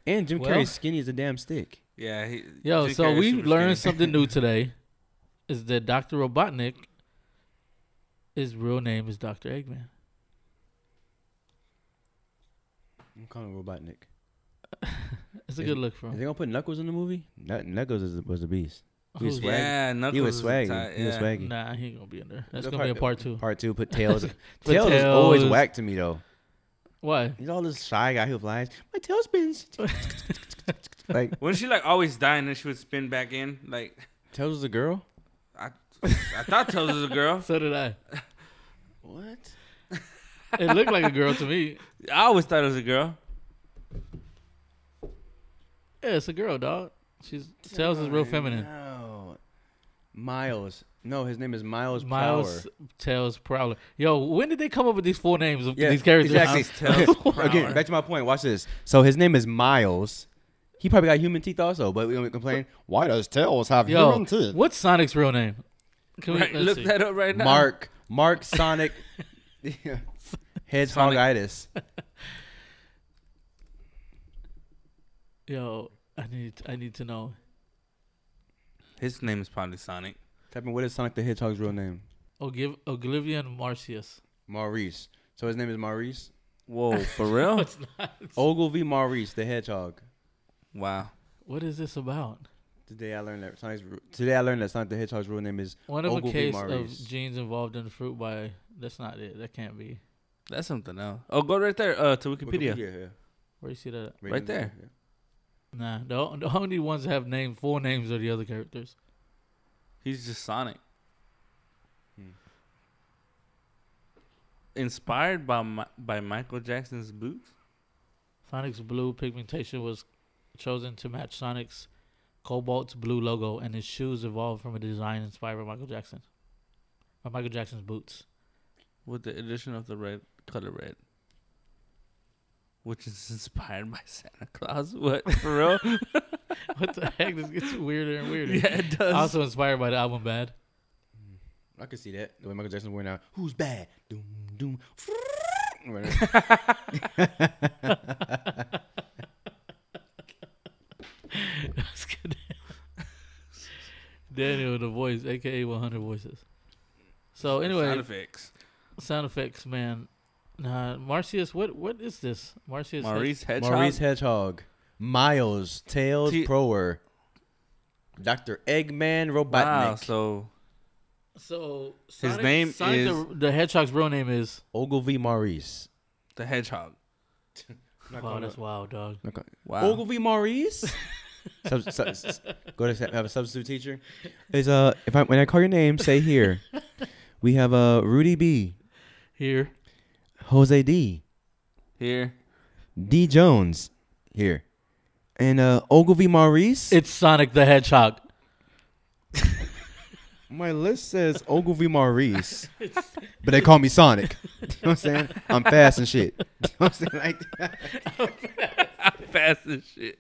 C: And Jim
A: Well-
C: Carrey's skinny as a damn stick.
B: Yeah. He,
A: Yo,
B: Jim
A: so
B: Carrey's
A: we
B: super
A: learned
B: skinny.
A: something new today. Is that Doctor Robotnik? His real name is Doctor Eggman.
C: I'm calling him Robotnik.
A: It's a
C: Is-
A: good look for
C: Are they
A: him.
C: gonna put Knuckles in the movie? That Knuckles is, was the beast. He was
A: Who's-
C: swaggy.
B: Yeah, Knuckles
C: he was
B: is
C: swaggy.
B: tight,
C: He was
B: yeah.
C: swaggy.
A: Nah, he ain't gonna be in there. That's
C: The
A: gonna be a part
C: part-
A: two.
C: Part two, put tails.
A: Put
C: tails is always
A: Tails.
C: whack to me though.
A: Why?
C: He's all this shy guy who flies. My tail spins. like
B: Wasn't she like always dying and she would spin back in? Like
C: tails is a girl.
B: I, I thought Tails was a girl.
A: So did I.
C: What?
A: It looked like a girl to me.
B: I always thought it was a girl.
A: Yeah, it's a girl, dog. She's Tails is real feminine.
C: No. Miles. No, his name is Miles.
A: Miles
C: Power.
A: Tails Prowler. Yo, when did they come up with these four names of
C: Yeah,
A: these characters?
C: Exactly.
B: Tails Power.
C: Again, back to my point. Watch this. So his name is Miles. He probably got human teeth also, but we don't complain. Why does tails have
A: Yo,
C: human teeth?
A: what's Sonic's real name? Can we
B: Right,
A: let's
B: look
A: see.
B: that up right now.
C: Mark. Mark Sonic. Hedgehogitis.
A: Yo, I need I need to know.
B: His name is probably Sonic.
C: Type in what is Sonic the Hedgehog's real name?
A: Ogiv- Oblivion Marcius.
C: Maurice. So his name is Maurice.
B: Whoa, for real?
A: It's not.
C: Ogilvy Maurice the Hedgehog.
B: wow.
A: What is this about?
C: Today I learned that Sonic's ru- today I learned that Sonic the Hedgehog's real name is
A: One of
C: Ogilvy
A: a case
C: Maurice.
A: of genes involved in fruit by. That's not it. That can't be.
B: That's something else. Oh, go right there uh, to Wikipedia.
C: yeah.
A: Where you see that? at?
B: Right there.
A: Nah, the, o- the only ones that have name full names are the other characters.
B: He's just Sonic.
C: Hmm.
B: Inspired by Mi- by Michael Jackson's boots.
A: Sonic's blue pigmentation was chosen to match Sonic's Cobalt's blue logo, and his shoes evolved from a design inspired by Michael Jackson. By Michael Jackson's boots.
B: with the addition of the red color red, which is inspired by Santa Claus. What for real?
A: What the heck? This gets weirder and weirder.
B: yeah, it does.
A: Also inspired by the album Bad.
C: I can see that. The way Michael Jackson's wearing out. Who's bad? Doom doom. Right there.
A: That's good. Daniel, the voice, aka 100 voices. So anyway,
B: Sound effects.
A: Sound effects, man. Nah, Marcius, what what is this? Marcius,
B: Maurice Hedgehog.
C: Maurice Hedgehog, Miles, Tails
B: T-
C: Prower, Doctor Eggman, Robotnik.
B: Wow. So
A: So
B: His
A: Sonic-
B: name
A: Sonic
B: is-
A: the, the Hedgehog's real name is.
C: Ogilvy Maurice.
B: the hedgehog.
A: Wow, that's wild, dog.
C: Okay.
B: Wow.
C: Ogilvy Maurice. Sub- sub- s- go to se- have a substitute teacher. Is uh, if I when I call your name, say here. we have uh, Rudy B,
A: Here,
C: Jose D,
B: Here.
C: D Jones here, and uh, Ogilvy Maurice.
A: it's Sonic the Hedgehog.
C: My list says Ogilvy Maurice, but they call me Sonic. You know what I'm saying? I'm fast and shit. You know what I'm saying? Like,
B: Fast as shit.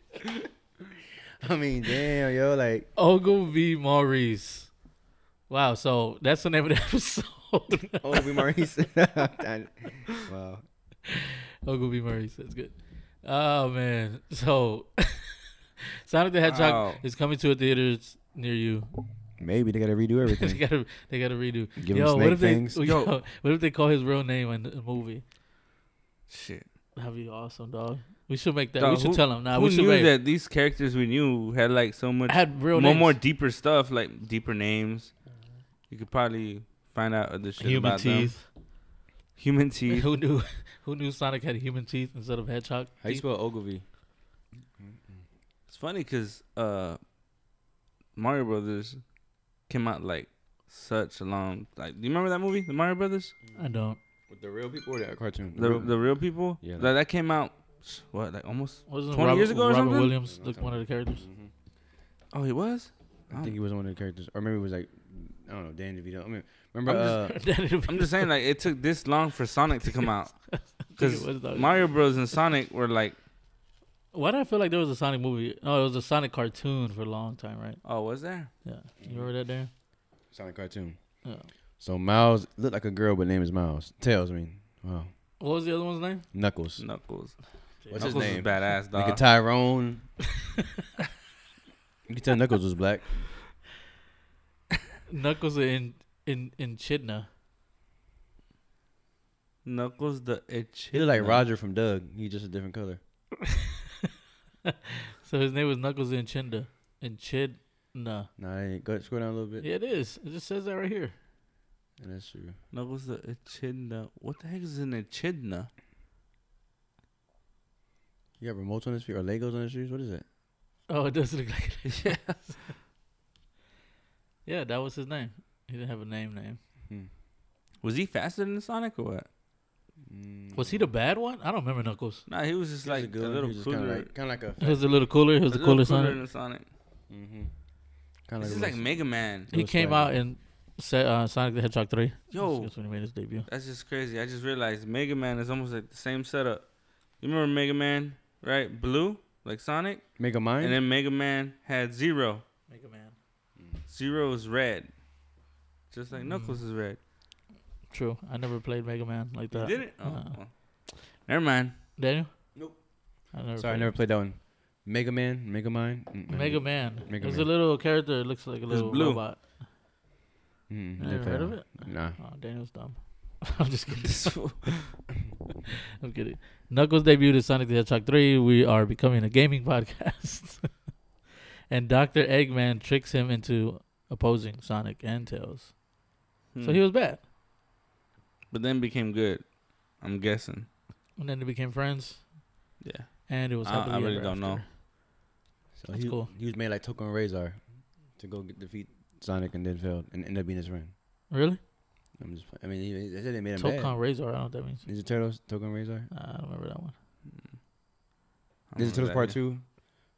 C: I mean, damn, yo, like
A: Ogilvy Maurice. Wow, so that's the name of the episode.
C: Ogilvy Maurice. wow.
A: Ogilvy Maurice, that's good. Oh man, so Sonic the Hedgehog
B: Wow.
A: is coming to a theaters near you.
C: Maybe they gotta redo
A: they
C: everything.
A: gotta, they gotta redo.
C: Give him
A: yo, what
C: snake
A: if they,
C: things.
A: yo, what if they call his real name in the movie?
B: Shit.
A: That'd be awesome, dog. We should make that.
B: Dog,
A: we should
B: who-
A: tell him. Nah,
B: Who
A: we should
B: knew
A: make.
B: that these characters we knew had like so much
A: Had real
B: more
A: names.
B: more deeper stuff, like deeper names. You could probably find out other shit
A: human
B: about them.
A: teeth.
B: Human teeth.
A: Who knew? Who knew Sonic had human teeth instead of hedgehog?
C: How you
A: teeth?
C: spell Ogilvy?
B: It's funny because uh, Mario Brothers came out like such a long. Like, do you remember that movie, The Mario Brothers?
A: I don't.
C: With the real people or the cartoon?
B: The the real people.
C: Yeah,
B: Like,
C: that-
B: that came out. What like almost?
A: Wasn't
B: 20
A: Robert,
B: years ago or
A: Robert
B: something?
A: Williams the, one of the characters?
B: Oh, it was.
C: I think he was one of the characters, or maybe it was like I don't know, Dan DeVito. I mean,
B: I'm
C: remember? Uh,
B: just-
A: That it'd be-
B: I'm just saying, like, it took this long for Sonic to come out
A: I think it
B: because
A: was, dog.
B: Mario Bros and Sonic were like,
A: Why did I feel like there was a Sonic movie? No, it was a Sonic cartoon for a long time, right?
B: oh, was there?
A: Yeah. You remember that, Darren?
C: Sonic cartoon.
A: Yeah.
C: So Miles looked like a girl, but name is Miles. Tails, I mean, wow,
A: What was the other one's name?
C: Knuckles.
B: Knuckles.
C: What's his
B: Knuckles is
C: name?
B: badass,
C: Nigga
B: dog.
C: Tyrone. you can tell Knuckles was black.
A: Knuckles in in in Chidna.
B: Knuckles the itch.
C: He looked like Roger from Doug. He just a different color.
A: So his name was Knuckles in Chinda. In Chidna.
C: Nah, I ain't- go scroll down a little bit.
A: Yeah, it is. It just says that right here.
C: Yeah, that's true.
B: Knuckles the echidna. What the heck is an echidna?
C: You got remotes on his feet or Legos on his shoes? What is that?
A: Oh, it does look like it. yes. Yeah, that was his name. He didn't have a name name.
B: Was he faster than Sonic or what?
A: Was he the bad one? I don't remember Knuckles.
B: Nah, he was just
C: He's
B: like a,
C: good one.
B: little
C: He's just
B: cooler.
C: Kinda like, kinda like a.
A: He was a little cooler. He was
B: a
A: the
B: little
A: coolest
B: cooler
A: Sonic.
B: than Sonic.
C: Mm-hmm. Kind
B: This is like Mega Man.
A: He
C: was
A: came
C: swag.
A: out in Se- uh, Sonic the Hedgehog 3.
B: Yo.
A: That's when he made his debut.
B: That's just crazy. I just realized Mega Man is almost like the same setup. You remember Mega Man, right? Blue, like Sonic,
C: Mega Mind.
B: and then Mega Man had zero.
A: Mega Man.
B: Zero is red, just
C: Mm.
B: like Knuckles is red.
A: True. I never played Mega Man like
B: You
A: that.
B: did it? Oh,
A: Uh,
B: well. never mind.
A: Daniel?
C: Nope.
A: I never
C: Sorry, I
A: played.
C: never played that one. Mega Man, Mega Mind. Mm, I
A: Mega
C: didn't-
A: Man.
C: Mega
A: There's a
C: Man.
A: little character. It looks like a little
B: blue.
A: robot.
C: Mm,
A: You
C: didn't
A: never
C: play
A: heard
C: that
A: of
C: one.
A: it?
C: Nah.
A: Oh, Daniel's dumb. I'm just kidding.
B: This fool.
A: I'm kidding. Knuckles debuted as Sonic the Hedgehog 3. We are becoming a gaming podcast. and Dr. Eggman tricks him into opposing Sonic and Tails. So
B: Hmm.
A: he was bad.
B: but then became good. I'm guessing.
A: And then they became friends.
B: Yeah.
A: And it was
B: I- I
A: happily
B: really
A: ever
B: don't know.
A: after.
C: So
A: That's
C: he,
A: cool.
C: he was made like Tokyo Razor to go get, defeat Sonic and then failed and ended up being his friend.
A: Really?
C: I'm just. I mean, he, they said they made him
A: Tokon
C: bad.
A: Razor. I don't know what that means.
C: Ninja Turtles, Tokyo Razor.
A: Nah, I don't remember that one.
B: I don't
C: Ninja Turtles
B: know
C: Part
B: that.
C: Two,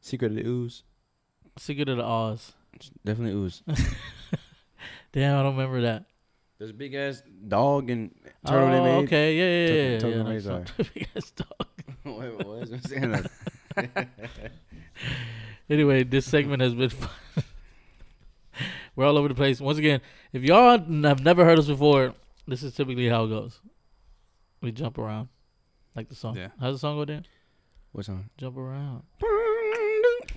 C: Secret of the Ooze.
A: Secret of the Oz.
C: It's Definitely Ooze.
A: Damn, I don't remember that.
C: There's a big ass dog and turtle they
A: oh,
C: made.
A: okay, yeah, yeah, yeah. yeah,
C: Took- took
A: yeah,
C: away
A: that's what- yes, dog.
C: Wait, what was I saying? Like,
A: Anyway, this segment has been fun. We're all over the place. Once again, if y'all n- have never heard us before, this is typically how it goes. We jump around, like the song.
B: Yeah.
A: How's the song go, Dan?
C: What's on?
A: Jump around.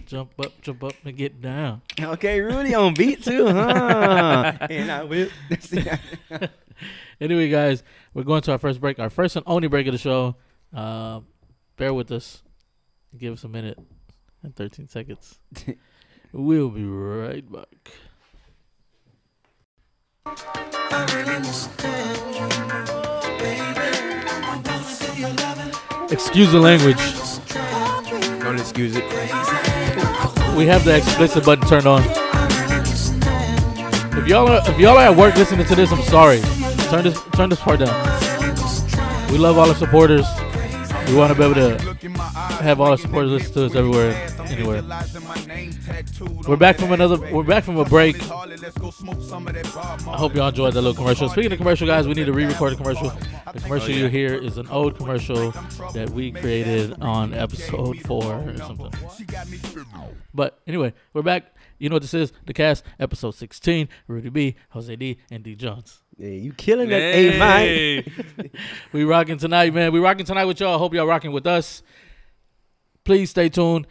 A: Jump up, jump up, and get down.
E: Okay, Rudy on beat too, huh? and I will.
A: Anyway, guys, we're going to our first break, our first and only break of the show. Uh, bear with us. Give us a minute and 13 seconds. we'll be right back. Excuse the language.
E: Don't excuse it.
A: We have the explicit button turned on. If y'all are if y'all are at work listening to this, I'm sorry. Turn this turn this part down. We love all our supporters. We want to be able to
F: have all our supporters listen to us everywhere, anywhere.
A: We're back from another. We're back from a break.
F: break. I
A: I hope y'all enjoyed that little commercial. Speaking of commercial, guys, we need to re-record a commercial. The commercial you hear is an old commercial that we created on episode four or something. But anyway, we're back. You know what this is? The cast, episode 16. Rudy B, Jose D, and D Jones.
E: Yeah, you killing that A Mike.
A: We rocking tonight, man. We rocking tonight with y'all. Hope y'all rocking with us. Please stay tuned.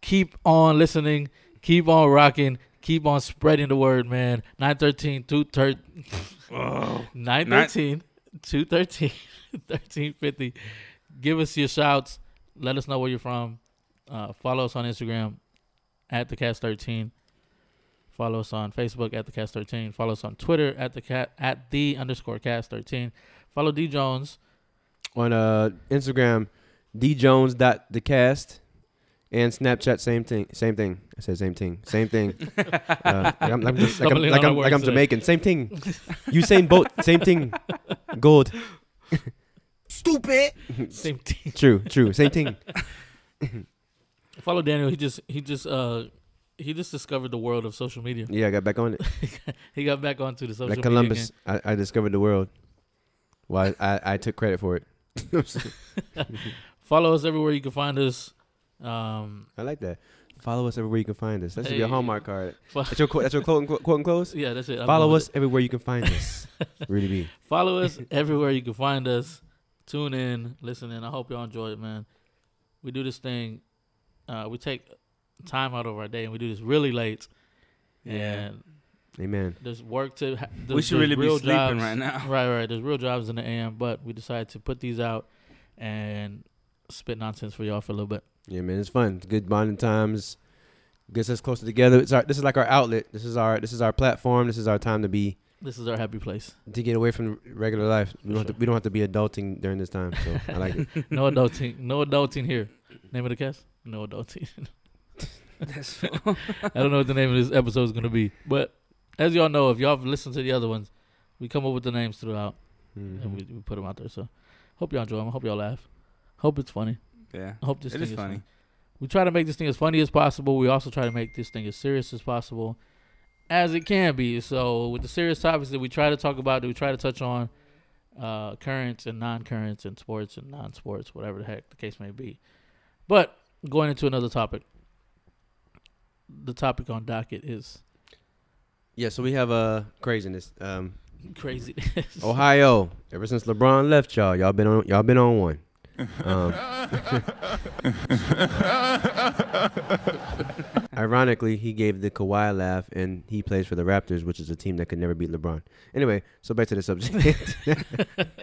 A: Keep on listening. Keep on rocking. Keep on spreading the word, man. 913 213
B: Oh,
A: 913 213 1350. Give us your shouts. Let us know where you're from. Uh, follow us on Instagram at the cast 13. Follow us on Facebook at the cast 13. Follow us on Twitter at the cat at the underscore cast 13. Follow D Jones.
C: on uh, Instagram, djones.thecast, and Snapchat, same thing. Same thing. I said same thing. Same thing. uh, like I'm, like I'm, just- like I'm,
A: Stumbling
C: like
A: on
C: I'm,
A: our
C: like I'm
A: words today.
C: Jamaican. Same thing. Usain Bolt. Same thing. Gold.
F: Stupid.
A: Same team.
C: True. True. Same thing.
A: Follow Daniel. He just he just uh he just discovered the world of social media.
C: Yeah, I got back on it.
A: He got back onto the social
C: Like
A: media.
C: Columbus,
A: game.
C: I, I discovered the world. Well, I, I, I took credit for it.
A: Follow us everywhere you can find us. Um
C: I like that. Follow us everywhere you can find us. That should be a
A: Hey.
C: Hallmark card.
A: fo-
C: That's your quote. That's your quote and quote, quote and close.
A: yeah, that's it. I'm
C: Follow
A: done with
C: us everywhere you can find us. Rudy B.
A: Follow us everywhere you can find us. Tune in, listen in. I hope y'all enjoy it, man. We do this thing. Uh, we take time out of our day and we do this really late.
B: yeah.
A: And
C: Amen.
A: there's work to. Ha- there's,
B: We should
A: there's
B: really be
A: real
B: sleeping
A: jobs.
B: right now.
A: Right, right. There's real jobs in the AM, but we decided to put these out and spit nonsense for y'all for a little bit.
C: Yeah, man, it's fun. It's good bonding times. Gets us closer together. It's our this is like our outlet. This is our this is our platform. This is our time to be
A: This is our happy place.
C: to get away from regular life. We don't, have to, we don't have to be adulting during this time. So I like it.
A: No adulting. no adulting here. Name of the cast? No adulting.
B: That's
A: I don't know what the name of this episode is gonna be, but as y'all know, if y'all have listened to the other ones, we come up with the names throughout and
B: Mm-hmm.
C: Mhm.
A: we, we put them out there. So hope y'all enjoy them. Hope y'all laugh. Hope it's funny.
B: yeah.
A: I hope this
B: It
A: thing
B: is
A: is funny.
B: funny.
A: We try to make this thing as funny as possible. We also try to make this thing as serious as possible, as it can be. So with the serious topics that we try to talk about, that we try to touch on uh, currents and non-currents and sports and non-sports, whatever the heck the case may be. But going into another topic, the topic on docket is
C: Yeah, so we have uh, craziness. Um,
A: crazy.
C: Ohio. Ever since LeBron left, y'all, y'all been on y'all been on one. Um, ironically, he gave the Kawhi laugh, and he plays for the Raptors, which is a team that could never beat LeBron. Anyway, so back to the subject.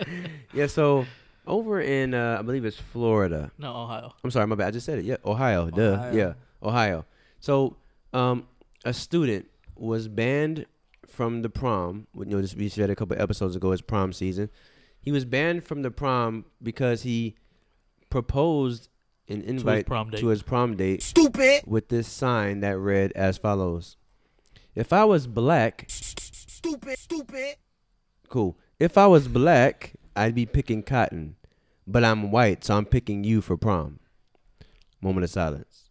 C: yeah, so over in uh, I believe it's Florida.
A: no, Ohio.
C: I'm sorry, my bad. I just said it. Yeah, Ohio. Duh.
B: Ohio.
C: Yeah, Ohio. So, um, a student was banned from the prom. You know, this we said a couple episodes ago. It's prom season. He was banned from the prom because he proposed an invite
A: prom date.
C: to his prom date
F: Stupid.
C: with this sign that read as follows: "If I was black,
F: Stupid. Stupid.
C: cool. If I was black, I'd be picking cotton, but I'm white, so I'm picking you for prom. Moment of silence.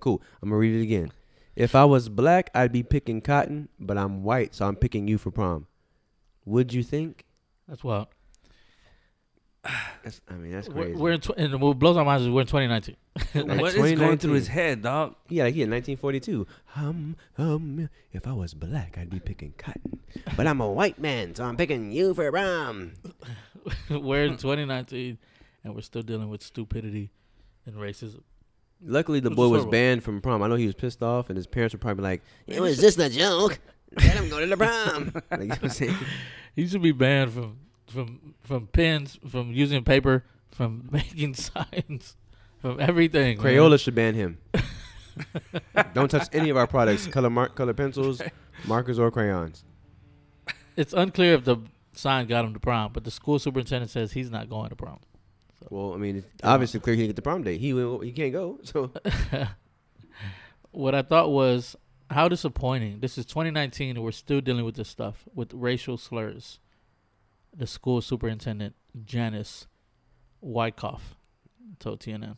C: Cool. I'm gonna read it again. If I was black, I'd be picking cotton, but I'm white, so I'm picking you for prom. Would you think?
A: That's wild.
C: That's, I mean, that's
A: We're,
C: crazy.
A: we're in tw- and what blows my mind is we're in 2019.
C: Like
B: what is going through
C: 2019.
B: his head, dog?
C: yeah, like he in 1942. Hum, hum. If I was black, I'd be picking cotton, but I'm a white man, so I'm picking you for prom.
A: we're in 2019 and we're still dealing with stupidity and racism.
C: Luckily, the
A: What's
C: boy
A: the
C: was
A: story?
C: banned from prom. I know he was pissed off, and his parents were probably like, "It was just a joke. Let him go to the prom." like, you know what I'm saying?
A: He should be banned from from from pens, from using paper, from making signs, from everything. man.
C: Crayola should ban him. Don't touch any of our products: color mark, color pencils, markers, or crayons.
A: It's unclear if the sign got him to prom, but the school superintendent says he's not going to prom.
C: Well, I mean, it's obviously clear he didn't get the prom date. He went- he can't go. So
A: what I thought was how disappointing. This is 2019 and we're still dealing with this stuff with racial slurs. The school superintendent Janice Wyckoff told TNN.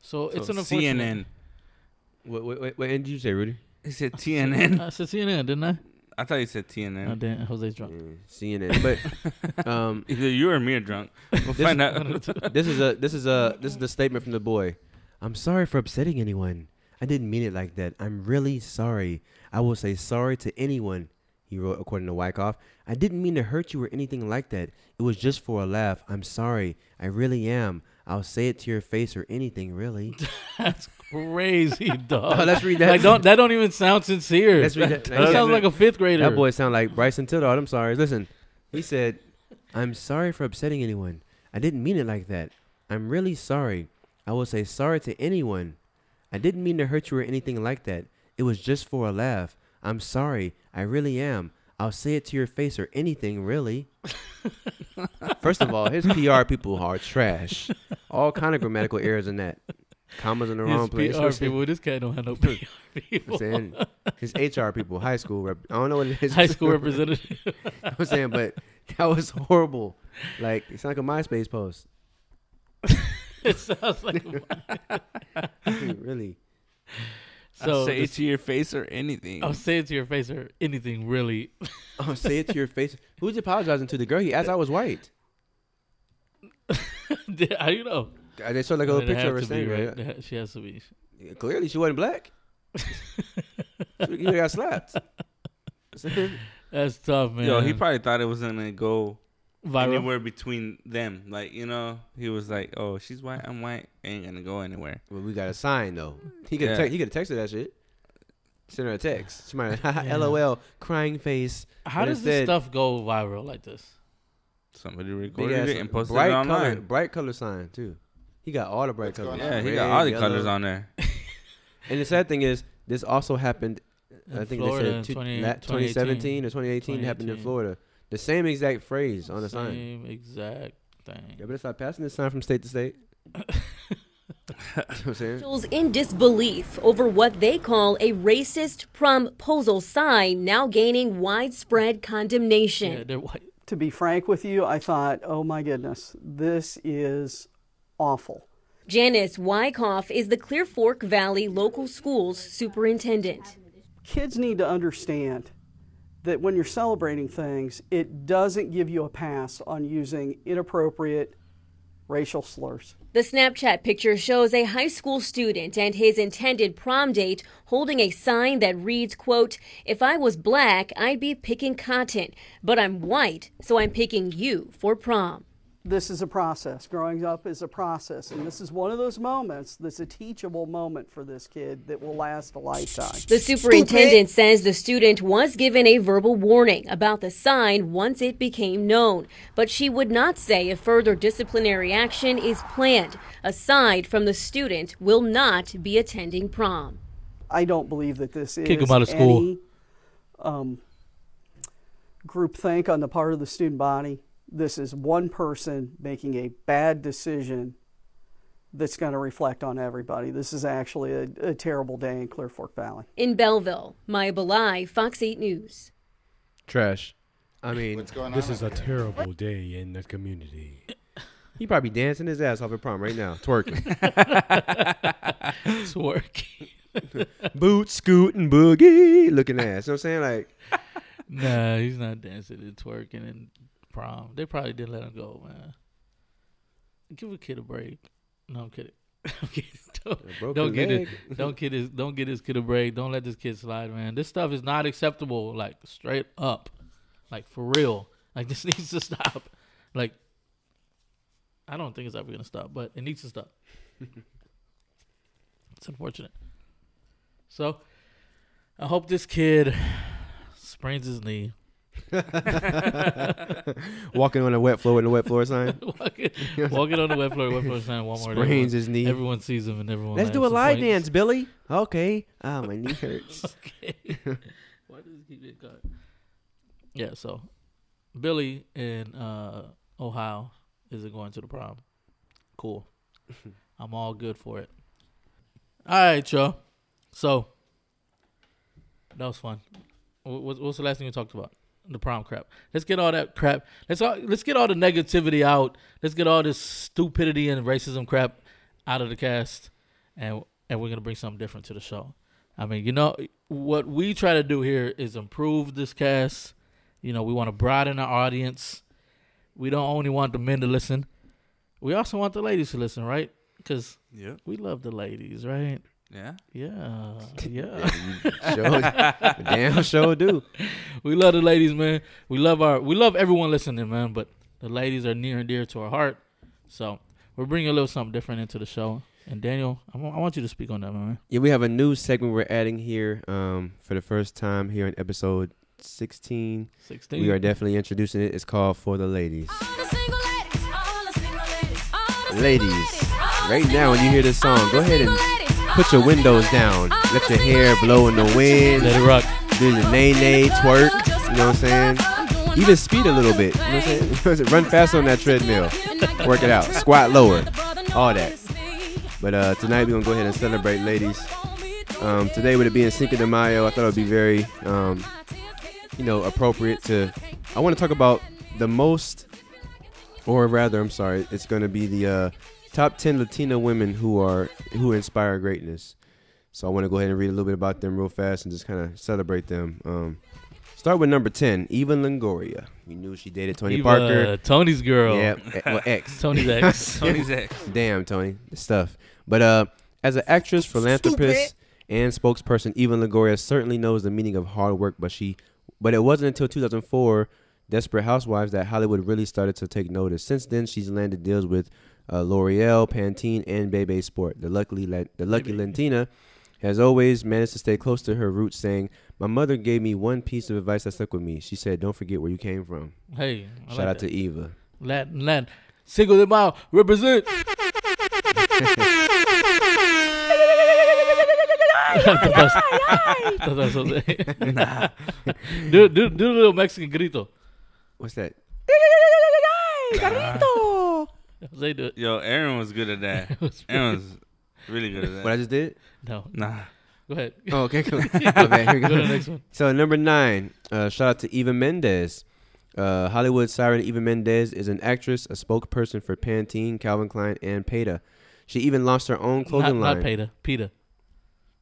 A: So, it's an unfortunate.
B: CNN.
C: what, what, what, what end did you say, Rudy?
B: He said TNN.
A: I said CNN, didn't I?
B: I thought he said
A: Oh,
B: TNN.
A: damn, Jose's drunk.
C: CNN. But um,
B: Either you or me are drunk. We'll find out.
C: this is a this is a this is the statement from the boy. I'm sorry for upsetting anyone. I didn't mean it like that. I'm really sorry. I will say sorry to anyone. He wrote according to Wyckoff. I didn't mean to hurt you or anything like that. It was just for a laugh. I'm sorry. I really am. I'll say it to your face or anything really.
A: That's crazy, dog.
C: Oh, let's read that.
A: Like, don't that don't even sound sincere.
C: Let's read that.
A: That sounds like a fifth grader.
C: That boy sound like Bryson Tillard. I'm sorry. Listen, he said, "I'm sorry for upsetting anyone. I didn't mean it like that. I'm really sorry. I will say sorry to anyone. I didn't mean to hurt you or anything like that. It was just for a laugh. I'm sorry. I really am. I'll say it to your face or anything, really." First of all, his PR people are trash. All kind of grammatical errors in that. Commas in the
A: His
C: wrong place.
A: PR people. This cat don't have no PR people.
C: saying his HR people, high school rep. I don't know what it is.
A: High school representative.
C: I'm saying, but that was horrible. Like it's like a MySpace post.
A: it sounds like.
C: really.
A: So
B: I'll say it
A: this-
B: to your face or anything.
A: I'll say it to your face or anything really.
C: Oh, say it to your face. Who's apologizing to the girl? He asked I was white.
A: How you know?
C: Uh, They showed like a
A: It'd
C: little
A: have
C: picture of
A: to
C: her
A: be,
C: standing
A: right?
C: right?
A: It ha- She has to be.
C: there. Clearly, she wasn't black. so he got slapped.
A: That's tough, man.
B: Yo, he probably thought it was gonna go
A: viral.
B: anywhere between them. Like you know, he was like, "Oh, she's white, I'm white. Ain't gonna go anywhere."
C: well, we got a sign though. He could
B: Yeah.
C: te- he could have texted that shit. Send her a text. She might LOL crying face.
A: How
C: But
A: does
C: instead-
A: this stuff go viral like this?
B: Somebody
C: Big
B: recorded
C: ass
B: it and posted it
C: bright color,
B: online.
C: bright color sign too. He got all the bright colors.
B: Yeah, he got all the colors on there.
C: And the sad thing is, this also happened. I think
A: Florida in
C: they said two,
A: 20
C: la- 2017 or 2018 happened in
A: 2018.
C: Florida. The same exact phrase on the sign.
A: Same exact thing.
C: Yeah, but it's not passing this sign from state to state. You know what I'm saying?
G: Officials in disbelief over what they call a racist promposal sign now gaining widespread condemnation.
A: Yeah, they're white.
H: to be frank with you, I thought, oh my goodness, this is awful.
G: Janice Wyckoff is the Clear Fork Valley Local Schools Superintendent.
H: Kids need to understand that when you're celebrating things, it doesn't give you a pass on using inappropriate racial slurs.
G: The Snapchat picture shows a high school student and his intended prom date holding a sign that reads, quote, If I was black, I'd be picking cotton, but I'm white, so I'm picking you for prom.
H: This is a process. Growing up is a process. And this is one of those moments that's a teachable moment for this kid that will last a lifetime.
G: The superintendent says the student was given a verbal warning about the sign once it became known, but she would not say if further disciplinary action is planned. Aside from the student will not be attending prom.
H: I don't believe that this is
A: Kick 'em out of school.
H: any um, groupthink on the part of the student body. This is one person making a bad decision that's going to reflect on everybody. This is actually a, a terrible day in Clear Fork Valley.
G: In Belleville, Maya Belay, Fox 8 News.
C: Trash. I mean,
I: This is a terrible day in the community.
C: he probably dancing his ass off at prom right now, twerking,
A: It's working.
C: boot scooting, boogie, looking ass. You know what I'm saying? Like,
A: nah, he's not dancing and twerking and prom. They probably didn't let him go, man. Give a kid a break. No, I'm kidding. I'm kidding. Don't,
C: broke
A: don't
C: his
A: get it.
C: leg.
A: Don't get his. Don't get this kid a break. Don't let this kid slide, man. This stuff is not acceptable. Like straight up, like for real. Like this needs to stop. Like I don't think it's ever gonna stop, but it needs to stop. It's unfortunate. So, I hope this kid sprains his knee.
C: Walking on a wet floor with a wet floor sign.
A: walking, walking on the wet floor, wet floor sign, Walmart.
C: Sprains his knee.
A: Everyone sees him and everyone.
C: Let's do a
A: laughs and
C: lie
A: points.
C: dance, Billy. Okay. Ah, my knee hurts.
A: okay. Why does he keep getting caught? Yeah, so Billy in uh, Ohio isn't going to the prom. Cool. I'm all good for it. All right, y'all. So that was fun. Wh- wh- What's the last thing we talked about? The prom crap. Let's get all that crap. Let's all, let's get all the negativity out. Let's get all this stupidity and racism crap out of the cast, and and we're gonna bring something different to the show. I mean, you know, what we try to do here is improve this cast. You know, we want to broaden our audience. We don't only want the men to listen. We also want the ladies to listen, right? Because
B: Yep.
A: we love the ladies, right?
B: Yeah.
A: Yeah, yeah.
C: Sure, damn sure do.
A: we love the ladies, man. We love our, we love everyone listening, man. But the ladies are near and dear to our heart, so we're bringing a little something different into the show. And Daniel, I wa- I want you to speak on that, man.
C: Yeah, we have a new segment we're adding here um, for the first time here in episode 16.
A: Sixteen.
C: We are definitely introducing it. It's called For the Ladies. Ladies, right now when you hear this song, go ahead and put your windows down. Let your hair blow in the wind.
A: Let it rock.
C: Do your nay nay twerk. You know what I'm saying? Even speed a little bit. You know what I'm saying? Run faster on that treadmill. Work it out. Squat lower. All that. But uh, tonight we're gonna go ahead and celebrate, ladies. Um, today, with it being Cinco de Mayo, I thought it would be very, um, you know, appropriate to. I want to talk about the most, or rather, I'm sorry, it's gonna be the uh, top 10 Latina women who are who inspire greatness. So I want to go ahead and read a little bit about them real fast and just kind of celebrate them. Um, start with number 10, Eva Longoria. You knew she dated Tony
A: Eva,
C: Parker.
A: Tony's girl.
C: Yeah, eh, well, ex.
A: Tony's ex.
B: Tony's ex.
C: Damn, Tony, the stuff. But uh, as an actress, philanthropist, and spokesperson, Eva Longoria certainly knows the meaning of hard work. But she, but it wasn't until 2004, Desperate Housewives, that Hollywood really started to take notice. Since then, she's landed deals with uh, L'Oreal, Pantene, and Bebe Sport. The luckily, la- the lucky Latina has always managed to stay close to her roots, saying, "My mother gave me one piece of advice that stuck with me. She said, "Don't forget where you came from."
A: Hey, I
C: Shout
A: like
C: out
A: that.
C: to Eva.
A: Latin, Latin. Single them out. Represent. That's- that's what they- do, do, do a little Mexican grito.
C: What's that?
A: They do it.
B: Yo, Aaron was good at that. Aaron was really good at
C: What
B: that.
C: I just did?
A: No.
B: Nah.
A: Go ahead.
C: Oh, okay, cool. okay, here we
A: Go to the
C: go.
A: next one.
C: So number nine, uh, shout out to Eva Mendez. Uh, Hollywood siren Eva Mendez is an actress, a spokesperson for Pantene, Calvin Klein, and Peta. She even launched her own
A: Not,
C: clothing
A: not
C: line.
A: Peter. Peter.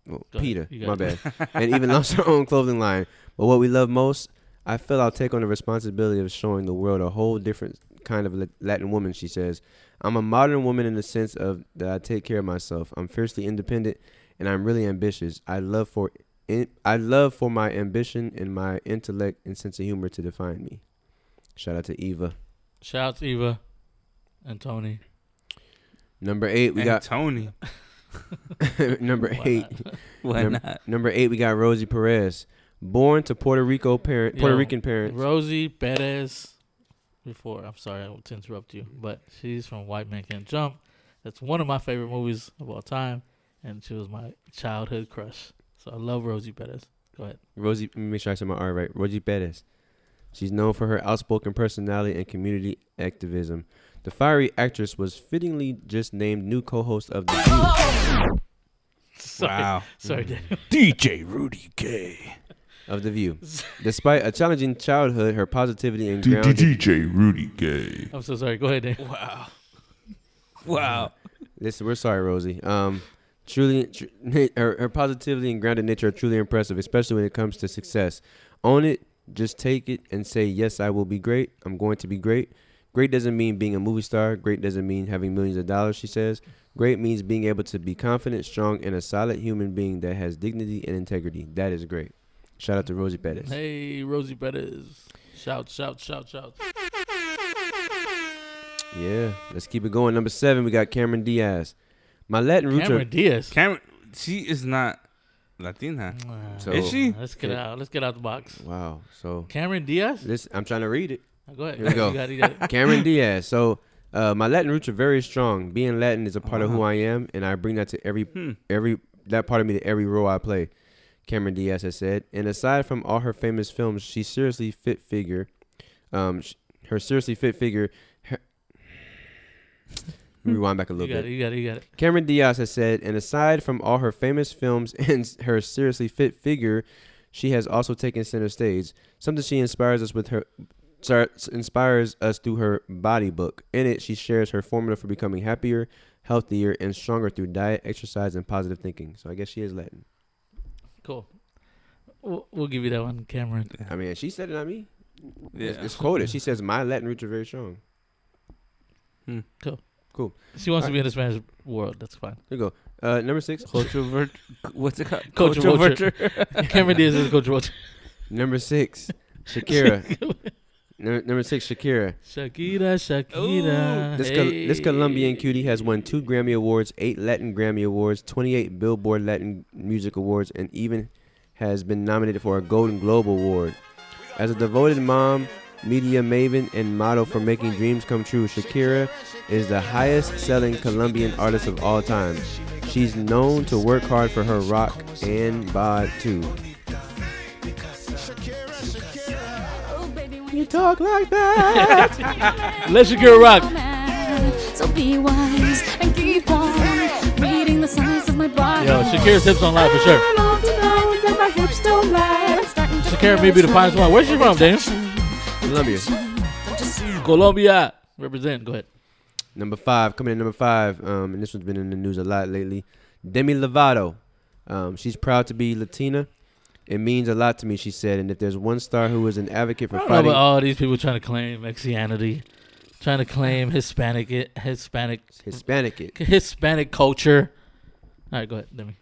C: Well,
A: Go ahead.
C: Peta,
A: You got
C: my
A: it.
C: bad. and even launched her own clothing line. But what we love most, I feel I'll take on the responsibility of showing the world a whole different kind of Lat- Latin woman, she says. I'm a modern woman in the sense of that I take care of myself. I'm fiercely independent and I'm really ambitious. I love for in, I love for my ambition and my intellect and sense of humor to define me. Shout out to Eva.
A: Shout out to Eva and Tony.
C: Number 8, we
B: and
C: got
B: Tony.
C: number 8.
B: Why
C: Num-
B: not?
C: Number 8, we got Rosie Perez. Born to Puerto Rico parent, Puerto
A: Yo,
C: Rican parents.
A: Rosie Perez. Before, I'm sorry I to interrupt you, but she's from White Man Can't Jump. That's one of my favorite movies of all time, and she was my childhood crush. So I love Rosie Perez. Go ahead.
C: Rosie, let me make sure I said my R right. Rosie Perez. She's known for her outspoken personality and community activism. The fiery actress was fittingly just named new co-host of the View.
A: Sorry,
B: Wow.
A: sorry, Daniel.
C: Mm-hmm.
I: DJ Rudy Gay.
C: Of the View. Despite a challenging childhood, her positivity and grounded.
D: DJ Rudy Gay.
A: I'm so sorry. Go ahead, Daniel.
B: Wow. Wow.
C: Listen, we're sorry, Rosie. Um, truly, tr- her, her positivity and grounded nature are truly impressive, especially when it comes to success. Own it, just take it, and say, "Yes, I will be great. I'm going to be great." Great doesn't mean being a movie star. Great doesn't mean having millions of dollars. She says, "Great means being able to be confident, strong, and a solid human being that has dignity and integrity. That is great." Shout out to Rosie Pettis.
A: Hey, Rosie Perez. Shout, shout, shout, shout.
C: Yeah, let's keep it going. Number seven, we got Cameron Diaz. My Latin roots are
A: Cameron Diaz.
B: Cameron she is not Latina.
C: So,
B: Is she?
A: Let's get out. Let's get out the box.
C: Wow. So
A: Cameron Diaz.
C: this I'm trying to read it.
A: Go ahead.
C: Here we go.
A: You got it, you got it.
C: Cameron Diaz. So uh, my Latin roots are very strong. Being Latin is a part of who I am, and I bring that to every every that part of me to every role I play. Cameron Diaz has said. And aside from all her famous films, she seriously fit figure. Um, sh- her seriously fit figure. Her, rewind back a
A: You
C: little
A: got
C: bit.
A: it. You got it. You got it.
C: Cameron Diaz has said, and aside from all her famous films and her seriously fit figure, she has also taken center stage. Something she inspires us with her sorry, inspires us through her body book. In it, she shares her formula for becoming happier, healthier, and stronger through diet, exercise, and positive thinking. So I guess she is Latin.
A: Cool. We'll, we'll give you that one, Cameron.
C: I mean, she said it, not me. It's,
B: Yeah.
C: it's quoted. She says, "My Latin roots are very strong."
A: Cool.
C: Cool.
A: She wants to be in the Spanish world. That's fine.
C: There you go. Uh, number six.
B: Culture vert- what's it called?
A: Culture vulture.
B: vulture.
A: Cameron Diaz is Coach Walter.
C: Number six. Shakira. number, number six. Shakira.
A: Shakira, Shakira.
C: This, Col- this
A: Hey.
C: Colombian cutie has won two Grammy Awards, eight Latin Grammy Awards, 28 Billboard Latin Music Awards, and even has been nominated for a Golden Globe Award. As a devoted mom, media maven, and model for making dreams come true, Shakira is the highest selling Colombian artist of all time. She's known to work hard for her rock and bod too. You talk like that.
A: Let Shakira rock.
D: So be wise and keep on reading the signs of my body.
A: Yo, Shakira's hips on live for sure.
D: I love to know that my hips don't lie. I'm starting to
A: Shakira
D: feel
A: may be the
D: it's
A: finest
D: right.
A: one. Where's she from, Daniel?
C: Colombia.
A: Colombia. Represent. Go ahead.
C: Number five, coming in number five, um, and this one's been in the news a lot lately. Demi Lovato. Um, she's proud to be Latina. It means a lot to me, she said. And if there's one star who is an advocate for
A: I don't know
C: fighting,
A: about all these people trying to claim Mexianity, trying to claim Hispanic, Hispanic,
C: Hispanic it.
A: Hispanic culture. All right, go ahead, Demi.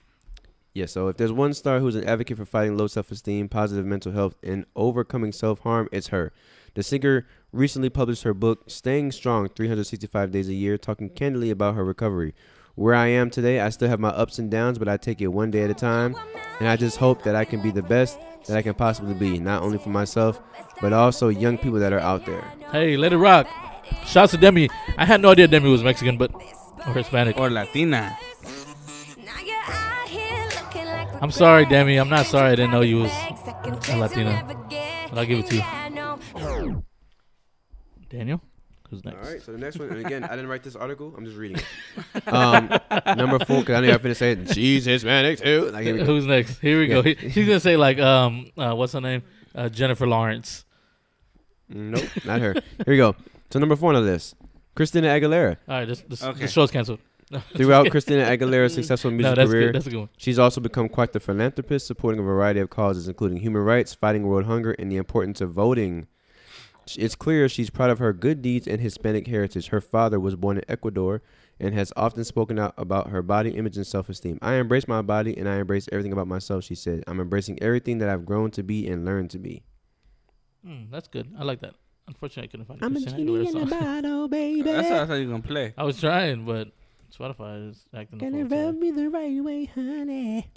C: Yeah, so if there's one star who's an advocate for fighting low self esteem, positive mental health, and overcoming self harm, it's her. The singer recently published her book, Staying Strong 365 Days a Year, talking candidly about her recovery. Where I am today, I still have my ups and downs, but I take it one day at a time. And I just hope that I can be the best that I can possibly be, not only for myself, but also young people that are out there.
A: Hey, let it rock. Shouts to Demi. I had no idea Demi was Mexican, but or Hispanic.
B: or Latina.
A: I'm sorry, Demi. I'm not sorry. I didn't know you was a Latina, but I'll give it to you. Daniel, who's next?
C: All right, so the next one, and again, I didn't write this article. I'm just reading it. Um, number four, because I know y'all finna say it. She's Hispanic too. Like, here we go.
A: Who's next? Here we go.
C: Yeah.
A: He- She's gonna say like, um, uh, what's her name? Uh, Jennifer Lawrence.
C: Nope, not her. Here we go. So number four on the list, Christina Aguilera.
A: All right, this this,
B: Okay.
A: this show's canceled.
C: Throughout Christina Aguilera's successful music
A: no, that's
C: career,
A: good. That's a good one.
C: she's also become quite the philanthropist, supporting a variety of causes, including human rights, fighting world hunger, and the importance of voting. Sh- It's clear she's proud of her good deeds and Hispanic heritage. Her father was born in Ecuador and has often spoken out about her body image and self esteem. I embrace my body and I embrace everything about myself, she said. I'm embracing everything that I've grown to be and learned to be.
A: Mm, that's good. I like that. Unfortunately, I couldn't find
C: I'm a
A: Christina Aguilera
C: genie in a
A: song.
C: bottle, baby.
B: That's how I thought you were gonna play.
A: I was trying, but Spotify is acting the
C: Gonna
A: fool
C: rub
A: today.
C: me the right way, honey.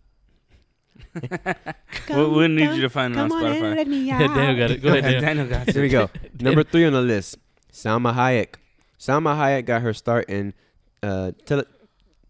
B: We'll, we'll need you to find it on Spotify.
C: me
A: Yeah, Daniel got it. Go ahead,
B: Okay,
A: Daniel.
B: Daniel got
C: Here we
B: it.
C: go. Number three on the list, Salma Hayek. Salma Hayek got her start in uh, tele-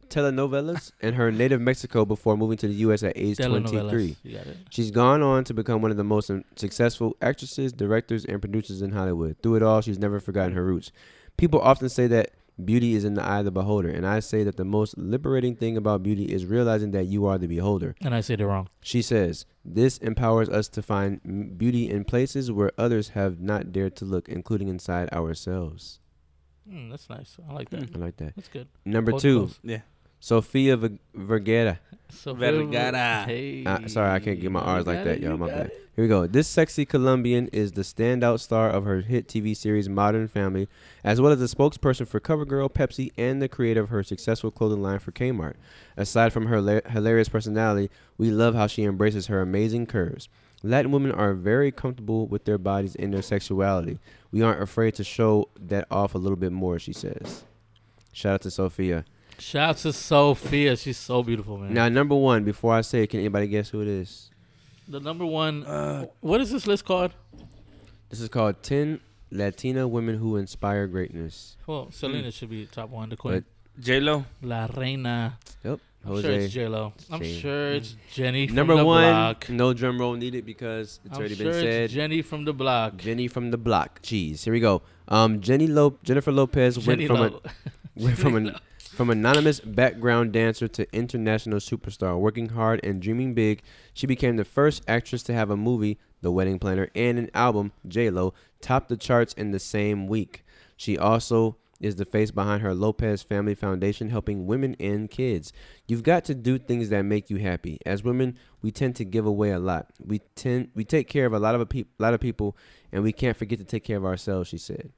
C: telenovelas in her native Mexico before moving to the U.S. at age
A: Telenovelas.
C: 23.
A: You got it.
C: She's gone on to become one of the most successful actresses, directors, and producers in Hollywood. Through it all, she's never forgotten her roots. People often say that beauty is in the eye of the beholder, and I say that the most liberating thing about beauty is realizing that you are the beholder.
A: And I said it wrong.
C: She says, This empowers us to find m- beauty in places where others have not dared to look, including inside ourselves.
A: Mm, that's nice. I like
B: Hmm.
A: that.
C: I like that.
A: That's good.
C: Number
A: Both
C: two,
A: close.
B: Yeah.
C: Sofia Ver- Vergara.
A: So
B: Vergara.
A: Hey.
C: Uh, sorry, I can't get my R's like that, y'all. My
A: got
C: bad. Here we go. This sexy Colombian is the standout star of her hit TV series Modern Family, as well as the spokesperson for CoverGirl, Pepsi, and the creator of her successful clothing line for Kmart. Aside from her hila- hilarious personality, we love how she embraces her amazing curves. Latin women are very comfortable with their bodies and their sexuality. We aren't afraid to show that off a little bit more, she says. Shout out to Sophia.
A: Shout out to Sophia. She's so beautiful, man.
C: Now, number one, before I say it, can anybody guess who it is?
A: the number one.
B: Uh,
A: what is this list called?
C: This is called 10 Latina Women Who Inspire Greatness.
A: Well, Selena should be top one. The queen,
B: J Lo.
A: La Reina.
C: Yep.
A: I'm sure it's J Lo. I'm
C: J-
A: sure it's Jenny. From
C: Number
A: the
C: one,
A: Block.
C: no drum roll needed because it's
A: I'm
C: already
A: sure
C: been said.
A: it's Jenny from the block.
C: Jenny from the block. Jeez, here we go. Um, Jenny Lo- Jennifer Lopez
A: Jenny
C: went from
A: Lo-
C: a went from an from anonymous background dancer to international superstar. Working hard and dreaming big, she became the first actress to have a movie, The Wedding Planner, and an album, J Lo, topped the charts in the same week. She also is the face behind her Lopez Family Foundation, helping women and kids. You've got to do things that make you happy. As women, we tend to give away a lot. We tend we take care of a lot of a peop lot of people, and we can't forget to take care of ourselves. She said.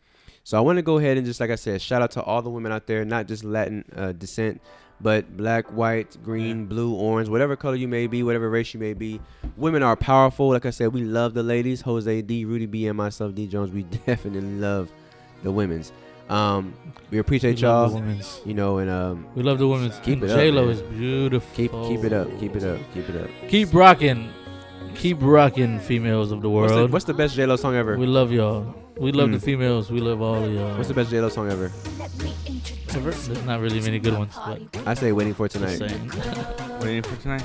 C: So I want to go ahead and just like I said, shout out to all the women out there, not just Latin uh, descent, but black, white, green, blue, orange, whatever color you may be, whatever race you may be. Women are powerful. Like I said, we love the ladies. Jose D, Rudy B, and myself, D Jones. We definitely love the women's. Um, we appreciate
A: We love the
C: y'all.
A: women's.
C: You know, and um,
A: We love the women's.
C: Keep it up,
A: J Lo
C: man.
A: is beautiful.
C: keep keep it up, keep it up, keep it up.
A: Keep rocking. Keep rocking, females of the
C: What's the,
A: world.
C: what's the best J Lo song ever?
A: we love y'all. We love
C: Mm.
A: the females. We love all of y'all.
C: What's the best J Lo song ever?
A: There's not really many good ones, but
C: I say Waiting for
A: just
C: Tonight.
A: saying.
B: Waiting for tonight.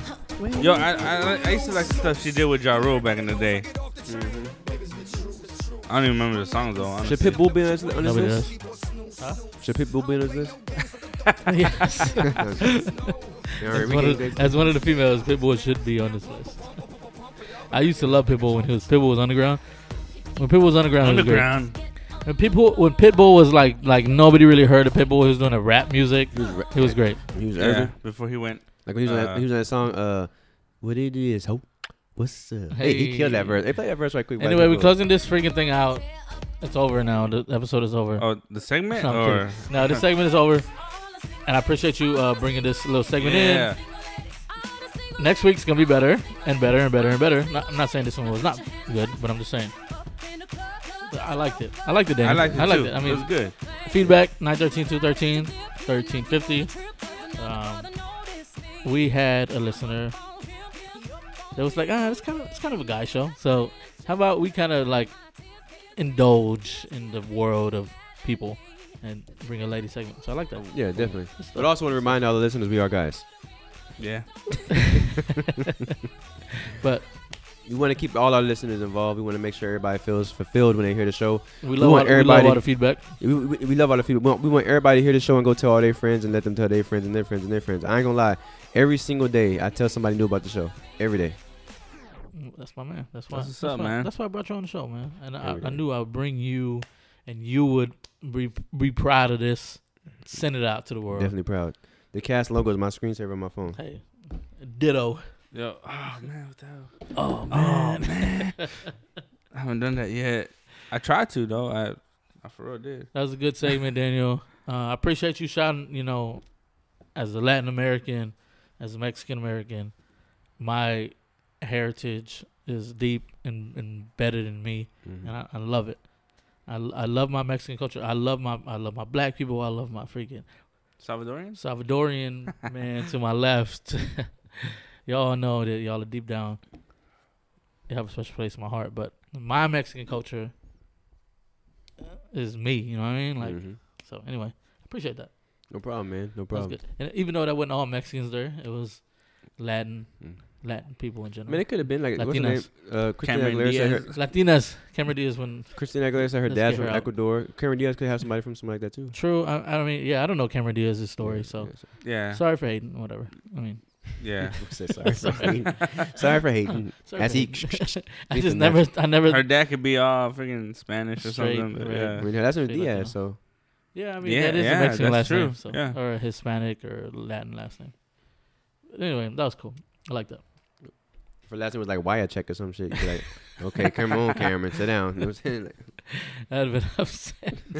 B: Yo, I, I I used to like the stuff she did with Ja Rule back in the day. I don't even remember the songs though. Honestly.
C: Should Pitbull be on this, on this
A: Nobody
C: list?
A: does.
C: Should Pitbull be on this list?
A: yes.
C: All right,
A: as,
C: we
A: one
C: can-
A: of, as one of the females, Pitbull should be on this list. I used to love Pitbull when he was Pitbull was underground. When Pitbull was underground, underground.
B: Underground.
A: He was great. When Pitbull when Pitbull was like like nobody really heard of Pitbull. He was doing a rap music. He was great.
C: He was
B: Yeah,
C: urban.
B: before he went.
C: Like when he was, on that,
B: Uh,
C: he was on that song, uh, What It Is, Hope. What's up? Hey, he killed that
A: Hey.
C: verse. They played that verse right quick. white
A: Anyway, we're
C: people.
A: closing this freaking thing out. It's over now. The episode is over.
B: Oh, the segment
A: No, I'm
B: or
A: kidding. No, this segment is over. And I appreciate you uh, bringing this little segment
B: yeah.
A: in. Next week's going to be better and better and better and better. Not, I'm not saying this one was not good, but I'm just saying. I liked it. I liked it, Danny.
B: I liked it
A: I liked
B: too.
A: it. I
B: it
A: mean,
B: was good.
A: feedback 913 213 1350. Um, we had a listener that was like, ah, it's kind of it's kind of a guy show. So how about we kind of like indulge in the world of people and bring a lady segment. So I like that.
C: Yeah, definitely. But I also want to remind all the listeners we are guys.
B: Yeah.
A: But
C: We want to keep all our listeners involved. We want to make sure everybody feels fulfilled when they hear the show.
A: we love, all,
C: want
A: we love
C: everybody-
A: all the feedback.
C: We, we, we love all the people. We want, we want everybody to hear the show and go tell all their friends and let them tell their friends and their friends and their friends. I ain't going to lie. Every single day, I tell somebody new about the show. Every day.
A: Mm, That's my man. That's why.
B: That's what's up,
A: why,
B: man.
A: That's why I brought you on the show, man. And I,
C: There we
A: I
C: go.
A: knew I would bring you, and you would be be proud of this. Send it out to the world.
C: Definitely proud. The cast logo is my screensaver on my phone.
A: Hey, ditto.
B: Yo. Oh man, what the hell?
A: Oh
B: man. I haven't done that yet. I tried to though. I I for real did.
A: That was a good segment, Daniel. Uh, I appreciate you shouting, you know, as a Latin American, as a Mexican American, my heritage is deep and embedded in me,
C: Mhm.
A: and I, I love it. I, I love my Mexican culture. I love my I love my black people. I love my freaking
B: Salvadorians.
A: Salvadorian man to my left. y'all know that y'all are deep down. You have a special place in my heart, but my Mexican culture is me. You know what I mean? Like
C: Mhm.
A: so anyway, appreciate that.
C: No problem, man.
A: That
C: No
A: was
C: problem.
A: good. And even though that wasn't all Mexicans there, it was Latin,
C: Mm.
A: Latin people in
C: I
A: general.
C: mean, it could have been like what's her name?
A: Latinas.
C: Uh, Christina
B: Cameron
C: Aguilera said
B: Diaz.
C: her,
A: Latinas. Cameron Diaz when
C: Christina Aguilera said her
A: Let's
C: dad's
A: get
C: from
A: her out.
C: Ecuador. Cameron Diaz could have somebody from something like that too.
A: true. I, I mean, yeah, I don't know Cameron Diaz's story, so
B: Yeah.
A: sorry for Hayden. Whatever. I mean,
B: yeah.
C: Say sorry, for hating. sorry for hating.
A: sorry
C: As
A: for
C: he-
A: Hayden. I
C: Ethan
A: just never, I never.
B: Her dad could be all freaking Spanish or
A: Straight,
B: something. but
A: right.
C: I
B: yeah.
C: mean, that's her
A: Say Latino.
C: Diaz. So
A: Yeah, I mean
B: Yeah,
A: that is
B: yeah,
A: a Mexican
B: that's
A: last
B: true.
A: name, so
B: Yeah.
A: or a Hispanic or Latin last name. Anyway, that was cool. I like that.
C: for last name was like Wyacek or some shit. You're like, okay, come on, Cameron, sit down. You know what I'm saying? Like,
A: That'd have been upset.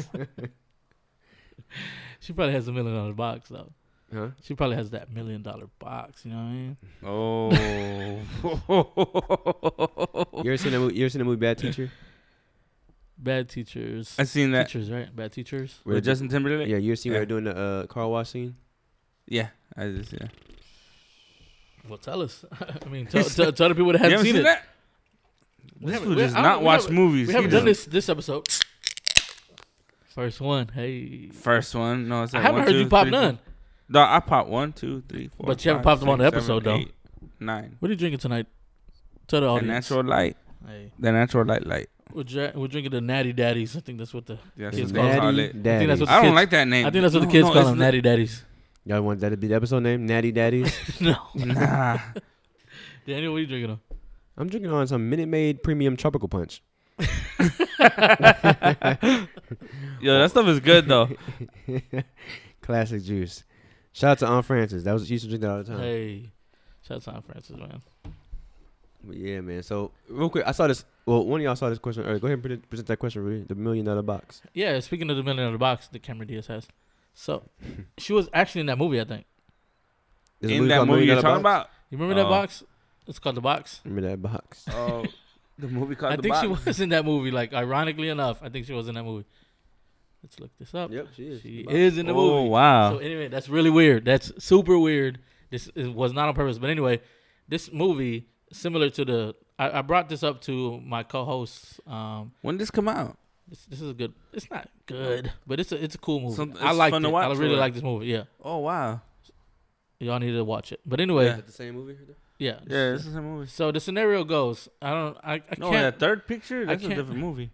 A: she probably has a million dollar box though.
C: huh?
A: She probably has that million dollar box. You know what I mean?
B: Oh.
C: You ever seen a movie? You ever seen a movie Bad Teacher?
A: Bad teachers.
B: I seen that
A: Teachers, right? Bad teachers.
C: Where
B: with
C: the-
B: Justin Timberlake.
C: Yeah, you ever seen where
B: Yeah.
C: they're doing the uh, car wash scene?
B: Yeah, I just yeah.
A: Well, tell us. I mean, tell, tell, tell the people that
B: You
A: haven't
B: haven't
A: seen,
B: seen,
A: it.
B: that?
A: We
B: This
A: haven't-
B: dude
A: we-
B: does
A: I don't-
B: not
A: we
B: watch
A: haven't-
B: movies.
A: We
B: He
A: haven't done
B: does-
A: this this episode. First one. Hey,
B: First one, no, it's
A: I
B: like
A: haven't
B: one,
A: heard
B: two,
A: you pop
B: three, four-
A: none.
B: No, I popped one, two, three, four.
A: But you haven't popped
B: five,
A: them on
B: six,
A: the
B: seven,
A: episode, though.
B: eight, Nine.
A: What are you drinking tonight? Tell the
B: The
A: audience.
B: natural light.
A: Hey,
B: The natural light light.
A: we're, dra- we're drinking the Natty Daddies. I think that's what the
B: Yeah,
A: kids
B: so
A: call
B: that's
A: it.
B: how
C: Natty
A: I
B: it-
A: think that's
C: Daddies.
A: what the
B: I don't
A: kids-
B: like that name.
A: I think that's what
B: No,
A: the kids
B: no,
A: call
B: it's
A: them,
B: not-
A: Natty Daddies.
C: Y'all want that to be the episode name? Natty Daddies.
A: no,
B: Nah.
A: Daniel, what are you drinking on?
C: I'm drinking on some Minute Maid Premium Tropical Punch.
B: Yo, that stuff is good though.
C: Classic juice. Shout out to Aunt Francis. That was she used to drink that all the time.
A: Hey, shout out to Aunt Francis, man.
C: But yeah, man. So real quick, I saw this. Well, one of y'all saw this question earlier. Go ahead and pre- present that question, Rudy. The million dollar box.
A: Yeah, speaking of the million dollar box that Cameron Diaz has, so she was actually in that movie. I think
C: There's a
B: In that
C: called
B: movie
C: Million
B: you're
C: Dollar
B: talking about?
A: you remember that
B: Oh.
A: box. It's called the box.
C: Remember that box?
B: Oh, the movie called
A: I
B: The
A: think she
B: Box?
A: was in that movie. Like ironically enough, I think she was in that movie. Let's look this up.
C: Yep, she is.
A: She
C: The Box.
A: is in the
B: Oh
A: movie.
B: wow.
A: So anyway, that's really weird. That's super weird. This is, was not on purpose. But anyway, this movie similar to the. I, I brought this up to my co-host. Um,
B: when did this come out?
A: this, this is a good. It's not good, but it's a it's a cool movie.
B: Some-
A: I
B: it's
A: like it.
B: fun to
A: I
B: watch,
A: really
B: or-
A: like this movie. Yeah,
B: Oh wow.
A: y'all need to watch it. But anyway,
B: Yeah.
A: yeah.
C: the same movie.
A: this
B: Yeah,
A: is-
B: this is a movie.
A: So the scenario goes. I don't. I, I
B: No,
A: can't.
B: that third picture. That's a
A: can't-
B: different movie.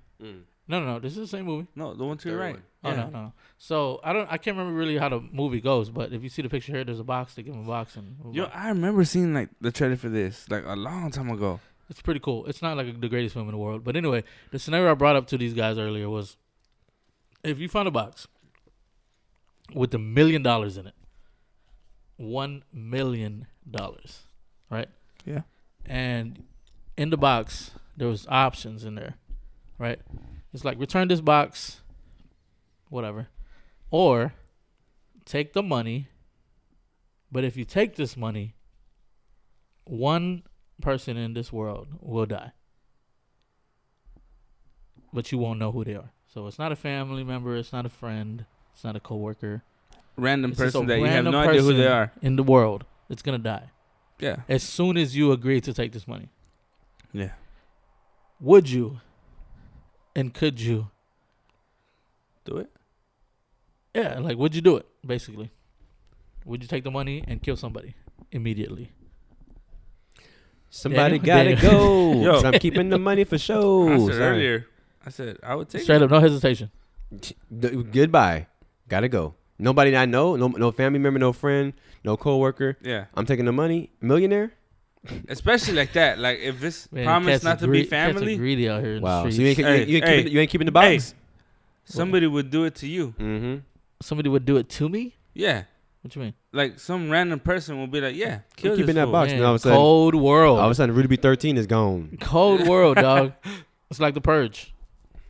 A: No, no, no. This is the same movie.
B: No, the one to your
C: Third
B: right.
C: one.
A: Oh
B: Yeah.
A: no, no. So I don't. I can't remember really how the movie goes. But if you see the picture here, there's a box. They give him a box, and
B: Yo, I remember seeing like the trailer for this like a long time ago.
A: it's pretty cool. It's not like the greatest film in the world. But anyway, the scenario I brought up to these guys earlier was, if you found a box with a million dollars in it, one million dollars, right?
B: Yeah.
A: And in the box there was options in there, right? It's like return this box, whatever, or take the money. But if you take this money, one person in this world will die. But you won't know who they are. So it's not a family member, it's not a friend, it's not a coworker.
B: Random
A: It's just a
B: person that you have
A: random
B: no idea who they
A: person
B: are.
A: In the world, it's gonna die.
B: Yeah.
A: As soon as you agree to take this money.
B: Yeah.
A: Would you and could you
B: Do it.
A: Yeah, like would you do it, basically? Would you take the money and kill somebody immediately?
C: Somebody
A: Daniel-
C: gotta go.
B: Yo.
C: 'cause I'm keeping the money for
B: I
C: shows.
B: said earlier. I said I would take
A: Straight up, no hesitation.
C: Goodbye. Gotta go. Nobody I know. No, no family member. No friend. No coworker.
B: it. Yeah.
C: I'm taking the money. Millionaire.
B: Especially like that. Like if it's
A: Man,
B: promised
A: cats
B: not
A: are
B: to be
A: gre- cats are
B: family,
A: greedy out here. In
C: Wow.
A: the
C: So you ain't,
A: streets.
C: you, ain't, you, ain't
B: Hey,
C: keeping,
B: hey,
C: you ain't keeping the box.
B: somebody would do it to you.
C: Mm-hmm.
A: Somebody would do it to me.
B: Yeah.
A: What you mean?
B: Like some random person will be like, yeah,
C: Keep
B: kill this
C: keeping that
B: fool.
A: Oh,
C: box. and all of a sudden-
A: cold world.
C: All of a sudden, Rudy B. 13 is gone.
A: Cold world, dog. It's like the purge.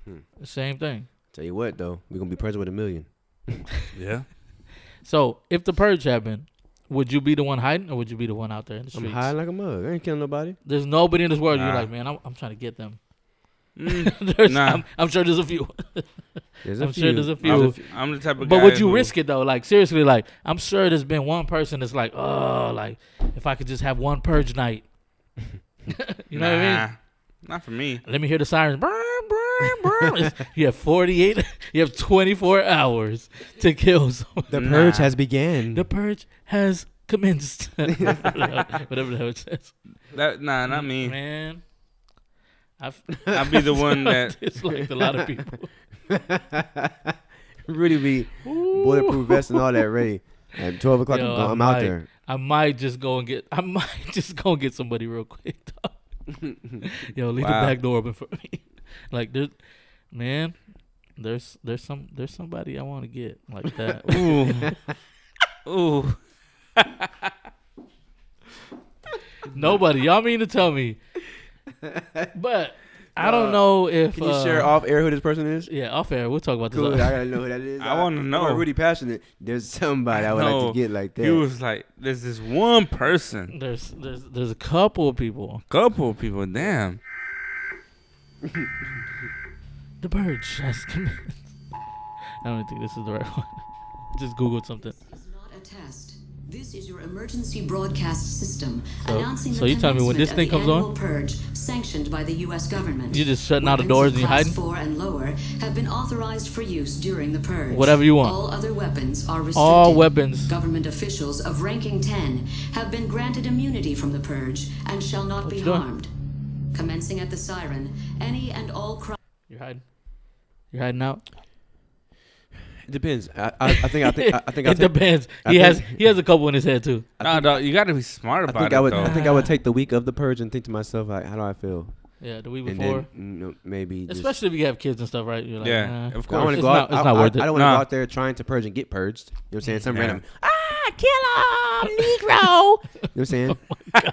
B: Hmm.
A: The same thing.
C: Tell you what, though, we're gonna be present with a million.
B: Yeah.
A: So if the purge happened, would you be the one hiding or would you be the one out there in the
C: I'm
A: streets?
C: high like a mug. I ain't killing nobody.
A: There's nobody in this world. You're
B: Nah.
A: like, man, I'm, I'm trying to get them.
B: Mm,
A: There's-
B: Nah.
A: I'm, I'm sure there's a few.
C: There's
A: I'm sure there's a few.
B: I'm, I'm the type of
A: but
B: guy.
A: would you
B: who-
A: risk it though? Like seriously, like I'm sure there's been one person that's like, oh, like if I could just have one purge night. you know what I mean?
B: Nah. Not for me.
A: Let me hear the sirens. Brr, brr, brr. It's- you have 48. You have 24 hours to kill someone.
C: The
B: Nah.
C: purge has began.
A: The purge has commenced. Whatever the hell it says.
B: That nah, not me.
A: Man, I've
B: I'll be the one that
A: disliked a lot of people.
C: Rudy B. Bulletproof vest and all that ready. At 12 o'clock,
A: Yo,
C: I'm,
A: I
C: gone. I'm out
A: might-
C: there.
A: I might just go and get. I might just go and get somebody real quick. Dog. Yo, leave
B: Wow.
A: the back door open for me. like there's, man, there's there's some there's somebody I want to get like that.
B: Ooh. Ooh.
A: Nobody. Y'all mean to tell me. But I don't know if
C: Can you
A: uh,
C: share off air who this person is?
A: Yeah, off air. We'll talk about this.
C: Cool. I
A: off-
C: gotta know who that is.
B: I wanna
C: I'm
B: know.
C: Rudy passionate. There's somebody I would
B: No.
C: like to get like that.
B: He was like, there's this one person.
A: There's there's there's a couple of people.
B: Couple people, damn.
A: The purge has commenced. I don't think this is the right one. Just googled something.
J: This is not a test. This is your emergency broadcast system
A: So-
J: announcing
A: so
J: the
A: you tell me when this
J: commencement of
A: thing
J: the
A: comes on?
J: annual purge sanctioned by the U.S. government.
A: You just shutting out the
J: Weapons
A: doors
J: of
A: and you
J: class
A: hiding?
J: Four and lower have been authorized for use during the purge.
A: Whatever you want.
J: All other weapons are restricted.
A: All weapons.
J: Government officials of ranking 10 have been granted immunity from the purge and shall not be
A: you doing?
J: harmed. Commencing at the siren, any and all crime.
A: You're hiding. You're hiding out.
C: It depends. I, I, I think I think I, I think I
A: it
C: take,
A: depends.
C: I
A: he
C: think-
A: has he has a couple in his head too.
B: Nah, dog, you gotta be smart
C: I
B: about
C: think
B: it.
C: I would
B: though.
C: I think I would take the week of the purge and think to myself like, how do I feel?
A: Yeah, the week
C: And
A: before.
C: then you know, maybe just-
A: Especially if you have kids and stuff, right? You're like,
B: Yeah,
A: nah.
B: of
C: I
B: course.
C: want
A: It's
C: to go
A: not-
C: out.
A: it's
C: I,
A: not
C: I-
A: worth it.
C: I don't want to
B: Nah.
C: go out there trying to purge and get purged. You know what I'm saying? Some
B: Yeah.
C: random ah, kill him, Negro. you know what I'm saying? catch,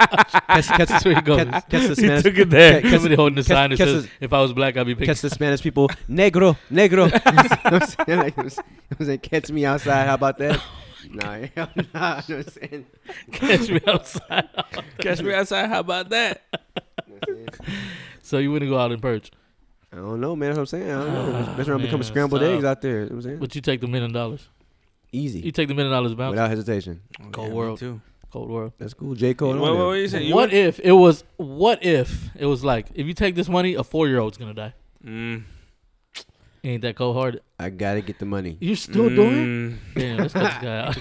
C: catch,
A: Oh That's where he goes.
C: Catch, catch the
A: he
C: Spanish.
A: took it there.
C: catch-
A: Somebody holding the
C: catch-
A: sign that
C: catch
A: says,
C: the-
A: "If I was black, I'd be picking."
C: Catch the Spanish people, negro, negro. You know what I'm saying? Like, you know what I'm saying? Catch me outside. How about that?
A: Oh
C: Nah, hell nah. You know what I'm saying?
A: Catch me outside.
B: Catch me outside. How about that?
A: so you wouldn't go out and purge,
C: I don't know, man. That's what I'm saying. I don't know. That's- That's around
A: Oh, man,
C: become
A: that's
C: scrambled
A: tough.
C: eggs out there. You know what I'm saying?
A: but you take the million dollars. You
C: Easy.
A: take the million dollars bounce.
C: Without hesitation.
A: Cold
B: Yeah, me
A: world.
B: too.
A: Cold world.
C: That's cool. J. Cole.
B: What,
C: and
B: what,
C: all
B: what
C: that.
B: you saying? You
A: What if it was? What if it was like if you take this money, a four year old's gonna die.
B: Mm,
A: Ain't that cold hearted?
C: I gotta get the money.
A: You still doing? it?
B: mm,
A: Damn, let's cut this guy out.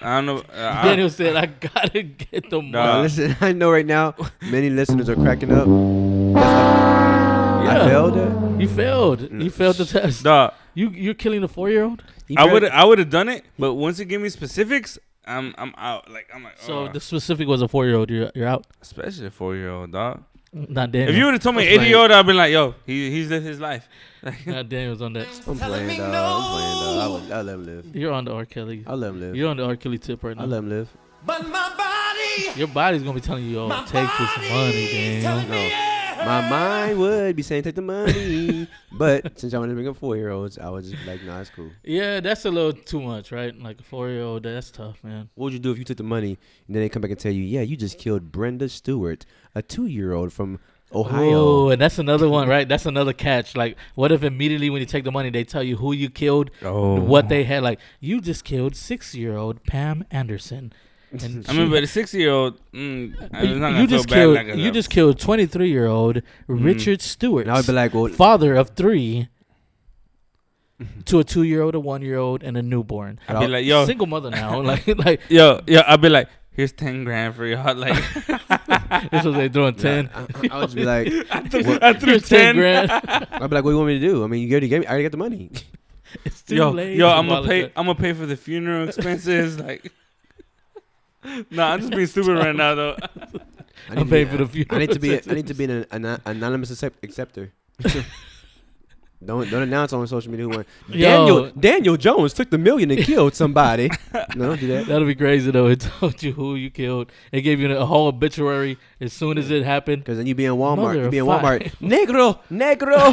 B: I don't know. Uh, I-
A: Daniel said, "I gotta get the money."
C: Now,
B: Uh,
C: listen, I know right now many listeners are cracking up. That's like, I
A: Yeah.
C: failed it.
A: You failed. You failed the test.
B: dog,
A: You you're killing a four year old.
C: He
B: I
C: failed-
B: would I would have done it, but once it gave me specifics, I'm I'm out. Like I'm like.
A: So
B: oh,
A: the specific was a four year old. You're you're out.
B: especially a four year old dog.
A: Not Daniel.
B: If you would have told me
A: That's
B: eighty year old, I'd been like, yo, he he's lived his life.
A: not Daniel's on that.
C: I'm playing, dog. I'm playing, dog. I would, I'll let him live.
A: You're on the R Kelly.
C: I'll let him live.
A: You're on the R Kelly tip right
C: I'll
A: now.
C: let him live.
I: But my body.
A: Your body's gonna be telling you, "Yo, take this money, Daniel."
C: No. My mind would be saying, take the money. but since I wanted to bring up four year olds, I was just be like, nah, it's cool.
A: Yeah, that's a little too much, right? Like a four year old. That's tough, man.
C: What would you do if you took the money and then they come back and tell you, yeah, you just killed Brenda Stewart, a two year old from Ohio?
A: Oh, and that's another one, right? That's another catch. Like, what if immediately when you take the money, they tell you who you killed,
B: Oh.
A: what they had? Like, you just killed six-year-old Pam Anderson. And
B: I mean,
A: she-
B: but a six year old, mm, I- it's not
A: you,
B: gonna
A: just
B: feel
A: killed
B: bad. like,
A: you
B: uh,
A: just killed twenty-three-year-old Richard Stewart,
C: And I would Mm. be like, well,
A: father of three, to a two-year-old, a one-year-old, and a newborn.
B: I'd be like, yo,
A: Single mother now, like like
B: yo, yo. I'd be like, here's ten grand for y'all. Like,
A: this was they throwing ten.
C: I, I would just be like,
B: I threw ten
A: grand.
C: I'd be like, what do you want me to do? I mean, you already gave me, I already got the money.
A: It's too
B: yo,
A: late.
B: yo, I'm gonna
A: Wallet
B: pay.
A: that-
B: I'm gonna pay for the funeral expenses. like, nah, I'm just being stupid right now though.
C: I
A: I'm
C: need to
A: paying
C: be-
A: for the funeral.
C: I need to be. I need to be an, an anonymous accept, acceptor. don't don't announce on social media who won.
A: Yo.
C: Daniel Daniel Jones took the million and killed somebody. no, don't do that.
A: That'll be crazy though. It told you who you killed. It gave you a whole obituary as soon as it happened.
C: Because then you be in Walmart.
A: Mother
C: You be in
A: of
C: Walmart. Negro, negro,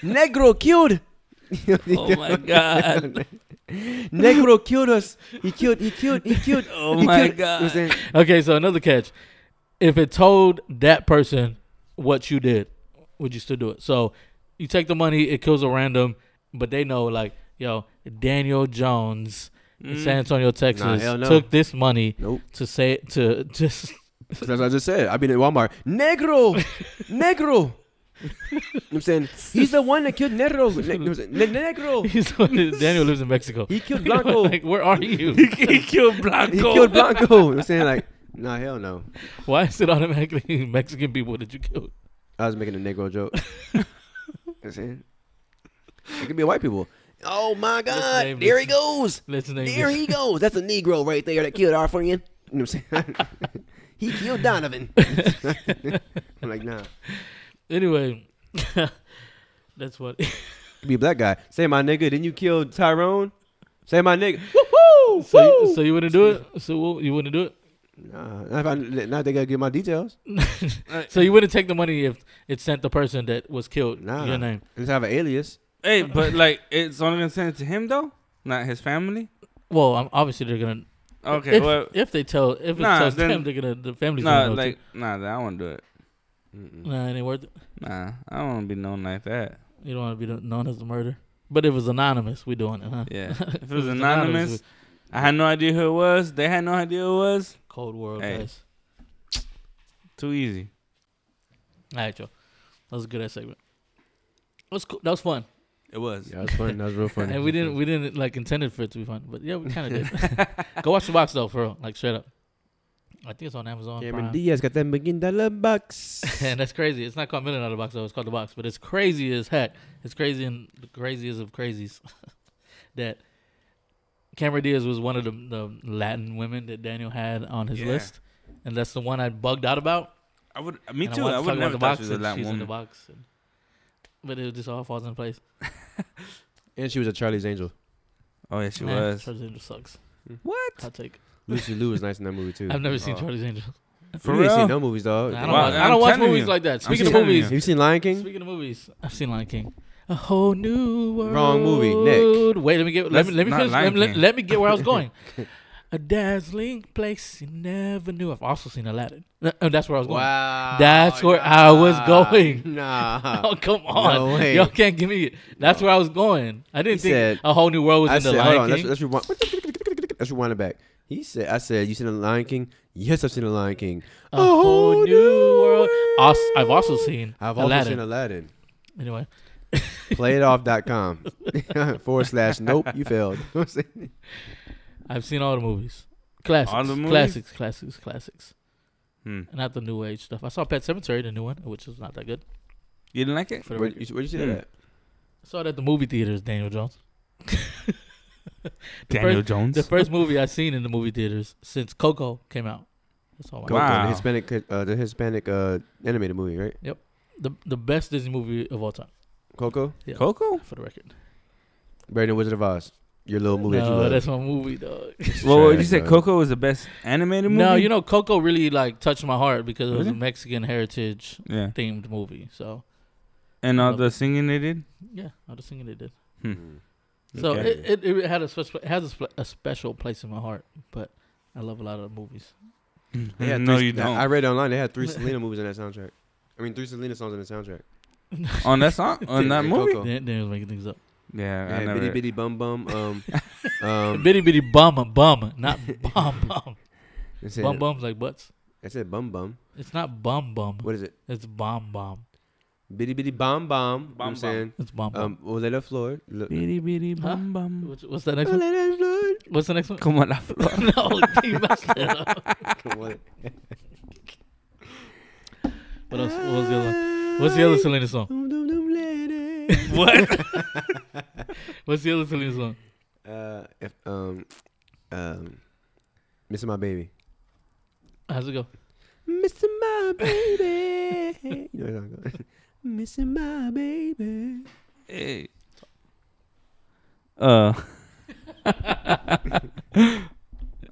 C: negro killed.
B: Oh my god.
C: Negro killed us. He killed. He killed. He killed.
B: Oh
C: he
B: my
C: killed. You know what I'm
B: God.
C: saying?
A: Okay, so another catch. If it told that person what you did, would you still do it? So you take the money, it kills a random, but they know like, yo, Daniel Jones in San Antonio, Texas
C: Mm. hell no.
A: took this money
C: Nope.
A: to say to just
C: That's what I just said. I've been in Walmart. Negro, negro. You know what I'm saying he's the one that killed Negro. Ne- you know what I'm saying? Ne- negro.
A: he's Daniel lives in Mexico.
C: He killed Blanco.
A: like, where are you?
B: he killed Blanco.
C: He killed Blanco. You know what I'm saying like, nah, hell no.
A: Why is it automatically Mexican people that you killed?
C: I was making a Negro joke. You know what I'm saying it could be white people. Oh my
A: name
C: God! There
A: this.
C: he goes.
A: Let's name
C: There
A: this.
C: he goes. That's a Negro right there that killed our friend. You know what I'm saying? he killed Donovan. I'm like, nah.
A: Anyway, that's what.
C: Could be a black guy. Say my nigga. Didn't you kill Tyrone? Say my nigga. Woo
A: So, you, so you wouldn't do it? So what- you wouldn't do it?
C: Nah, not if I, now they gotta get my details.
A: So you wouldn't take the money if it sent the person that was killed
C: Nah,
A: your name?
C: Just have an alias.
B: Hey, but like, it's only gonna send it to him though, not his family.
A: Well, i obviously they're gonna.
B: Okay,
A: if,
B: well,
A: if they tell, if it
B: Nah,
A: tells
B: then-
A: them, they're gonna the family's
B: nah,
A: gonna know.
B: like,
A: Like,
B: nah, I won't do it.
A: nah, it ain't worth it.
B: Nah, I don't want to be known like that.
A: You don't want to be known as the murder. But if it was anonymous, we doing it, huh?
B: Yeah, if it was anonymous, I had no idea who it was. They had no idea who it was.
A: Cold world,
B: Hey.
A: guys.
B: Too easy.
A: All right, y'all. That was a good ass segment. That was cool. That was fun.
B: It was.
C: Yeah, that was fun. That was real funny.
A: And we didn't we didn't like intended for it to be fun, but yeah, we kind of did. Go watch the box though, for real. Like straight up. I think it's on Amazon.
C: Cameron
A: Prime.
C: Diaz got that million dollar box.
A: and that's crazy. It's not called Million Dollar Box though. It's called the Box, but it's crazy as heck. It's crazy and the craziest of crazies that Cameron Diaz was one of the, the Latin women that Daniel had on his
B: Yeah.
A: list, and that's the one I bugged out about.
B: I would. Me
A: And
B: too.
A: wanted
B: I
A: to
B: would
A: talk about
B: never
A: the
B: thought
A: box
B: she was a
A: and
B: Latin
A: she's in the
B: woman.
A: box, and- but it just all falls in place.
C: And she was a Charlie's Angel.
B: Oh yeah, she
A: Man,
B: was.
A: Charlie's Angel sucks.
B: What?
A: Hot take.
C: Lucy Liu was nice in that movie too.
A: I've never seen
B: Oh.
A: Charlie's Angel.
B: For
C: you ain't seen
B: real?
C: no movies, dog.
A: I don't,
B: Wow,
A: watch, I
B: I'm
A: don't watch
B: telling
A: movies
B: you.
A: like that.
B: I'm
A: Speaking of
B: telling
A: movies,
B: you.
C: You seen Lion King?
A: Speaking of movies, I've seen Lion King. A whole new world.
C: Wrong movie, Nick.
A: Wait, let me get let
B: That's
A: me let me
B: not
A: finish, let,
B: Lion
A: me- let,
B: King.
A: let me get where I was going. a dazzling place you never knew. I've also seen Aladdin. Th- oh, that's where I was going.
C: Wow.
A: That's where I was going.
C: Nah.
A: Oh come on!
C: way.
A: Y'all can't give me. That's where I was going. I didn't
C: He
A: think
C: said-
A: a whole new world was
C: I
A: in the
C: said, hold on.
A: Lion
C: Let's,
A: King.
C: let's rewind. Let's rewind it back. He said, I said, you seen the Lion King? Yes, I've seen the Lion King.
A: A whole new world. Als- I've also seen
C: I've also
A: Aladdin.
C: seen Aladdin.
A: anyway,
C: Playitoff.com forward slash nope, you failed. You know what I'm saying?
A: I've seen all the movies. Classics,
B: the movies?
A: classics, classics, classics.
B: Hmm.
A: Not the new age stuff. I saw Pet Cemetery, the new one, which is not that good.
B: You didn't like it?
A: For the
C: Where
A: record.
C: you, where'd you see
B: Hmm.
C: that at?
A: I saw it at the movie theaters, Daniel Jones. the,
B: Daniel
A: first,
B: Jones.
A: the first movie I've seen in the movie theaters since Coco came out. That's all I
C: Coco,
A: know.
B: Wow.
C: The Hispanic, uh, the Hispanic uh, animated movie, right?
A: The, the best Disney movie of all time,
C: Coco,
B: Coco.
A: for the record.
C: Brandon Wizard of Oz. Your little movie that you
A: No,
C: love.
A: that's my movie, dog.
B: Well,
C: Trash,
B: you said
C: dog.
B: Coco was the best animated movie.
A: no, you know, Coco really like touched my heart because it was a
B: Really?
A: Mexican heritage
B: Yeah.
A: themed movie. So,
B: And all
A: Love
B: the singing they did.
A: yeah, I was singing it did.
B: Hmm.
A: So
B: Okay.
A: it, it, it had a special, has a, spe- a special place in my heart, but I love a lot of the movies.
C: They had
B: no,
C: three-
B: you don't.
C: I read online. They had three Selena movies in that soundtrack. I mean, three Selena songs in the soundtrack.
B: on that song, on that
C: Yeah,
B: movie.
C: Coco.
A: Dan, Daniel's making things up.
B: Yeah, I
C: Yeah,
B: never.
C: bitty bitty bum bum. Um, um,
A: bitty bitty bum bum, not bum bum.
C: it said,
A: Bum bum's like butts.
C: It said bum bum.
A: It's not bum bum.
C: What is it?
A: It's bomb bomb.
C: Bitty bitty bomb bomb. You know what
B: Bomb
C: I'm saying.
A: It's bomb bomb.
C: Um, Oleda Floyd. Lo-
B: Bitty bitty
A: Huh?
B: bum bum.
A: What's, what's that next one?
C: Oleda Floyd.
A: What's the next one?
B: Come on, la flor.
A: no, you messed it up.
C: Come on.
A: What else? What was the other? One? What's the other Selena song?
C: Dum, dum, dum, lady.
A: What? what's the other Selena song?
C: uh, if, um, um, missing my baby.
A: How's it go?
C: Missing my baby. you know what I'm going. Missing my baby.
B: Hey. Uh. I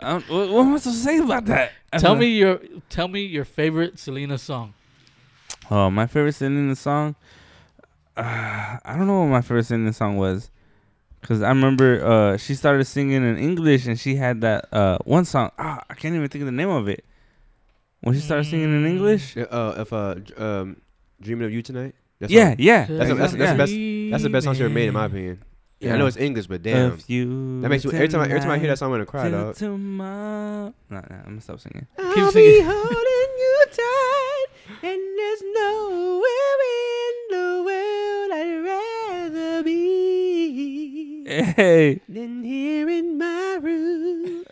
B: don't- what, what am I supposed to say about that? I
A: Tell
B: don't
A: me your tell me your favorite Selena song.
B: know. Oh, my favorite sin in the song. Uh, I don't know what my favorite sin in the song was, cause I remember uh, she started singing in English and she had that uh, one song. Ah, I can't even think of the name of it. When she started singing in
A: Mm.
B: English.
C: Yeah, Uh, if uh, dr- um, dreaming of you tonight. That
B: yeah,
C: song-
B: yeah, that's,
C: the-
B: that's,
C: the
B: yeah.
C: best- Mm. that's the best song she ever made in my
A: Dreaming
C: opinion. Yeah, I know it's English, but damn,
B: Of you
C: that makes me every time. I, every time I hear
B: tonight,
C: that song, I'm gonna cry,
B: till
C: dog.
B: tomorrow. Nah, nah, I'm gonna stop singing.
A: Keep singing.
C: holding you tight, and there's nowhere in the world I'd rather be
B: Hey.
C: than here in my room,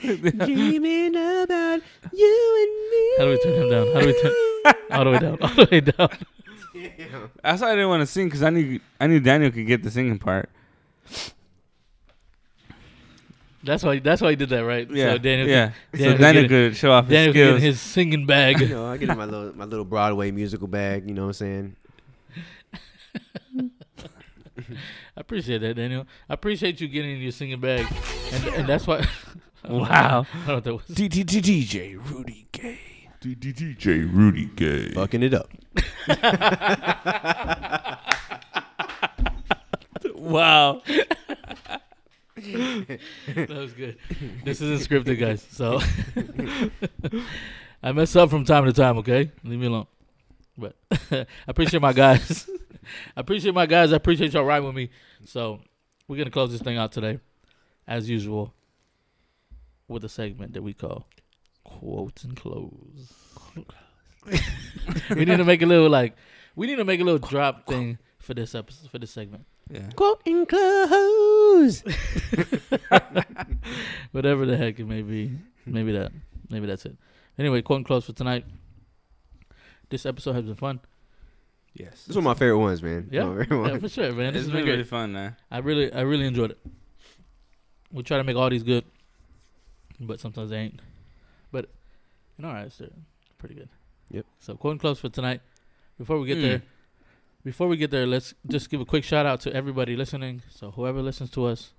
C: dreaming about you
A: How do we turn him down? How do we turn all the way down? All the way down.
B: That's why I didn't want to sing because I knew I knew Daniel could get the singing part.
A: That's why that's why he did that, right?
B: Yeah,
A: So Daniel
B: yeah.
A: Daniel
B: so Daniel
A: could-
B: could show off
A: Daniel
B: his
A: could get in
B: skills.
A: his singing bag.
C: You know, I get in my little my little Broadway musical bag. You know what I'm saying?
A: I appreciate that, Daniel. I appreciate you getting in your singing bag, and, and that's why. wow, I don't know what that was.
B: DJ Rudy Gay.
I: DJ Rudy Gay.
C: Fucking it up.
A: Wow, that was good. This isn't scripted, guys. So I mess up from time to time. Okay, leave me alone. But I appreciate my guys. I appreciate my guys. I appreciate y'all riding with me. So we're gonna close this thing out today, as usual. with a segment that we call quotes and close. we need to make a little like we need to make a little drop thing for this episode for this segment.
B: Yeah.
C: Quote and close.
A: Whatever the heck it may be. Maybe that. Maybe that's it. Anyway, quote and close for tonight. This episode has been fun.
B: Yes.
C: This is one of my favorite ones, man.
A: Yeah,
C: One of my favorite
A: yeah
C: ones.
A: for sure, man. This has
B: It's been
A: been great.
B: really fun, man.
A: I really, I really enjoyed it. We try to make all these good, but sometimes they ain't. But in our eyes, they're pretty good.
C: Yep.
A: So quote and close for tonight. Before we get
B: Mm.
A: there, before we get there, let's just give a quick shout out to everybody listening. So whoever listens to us,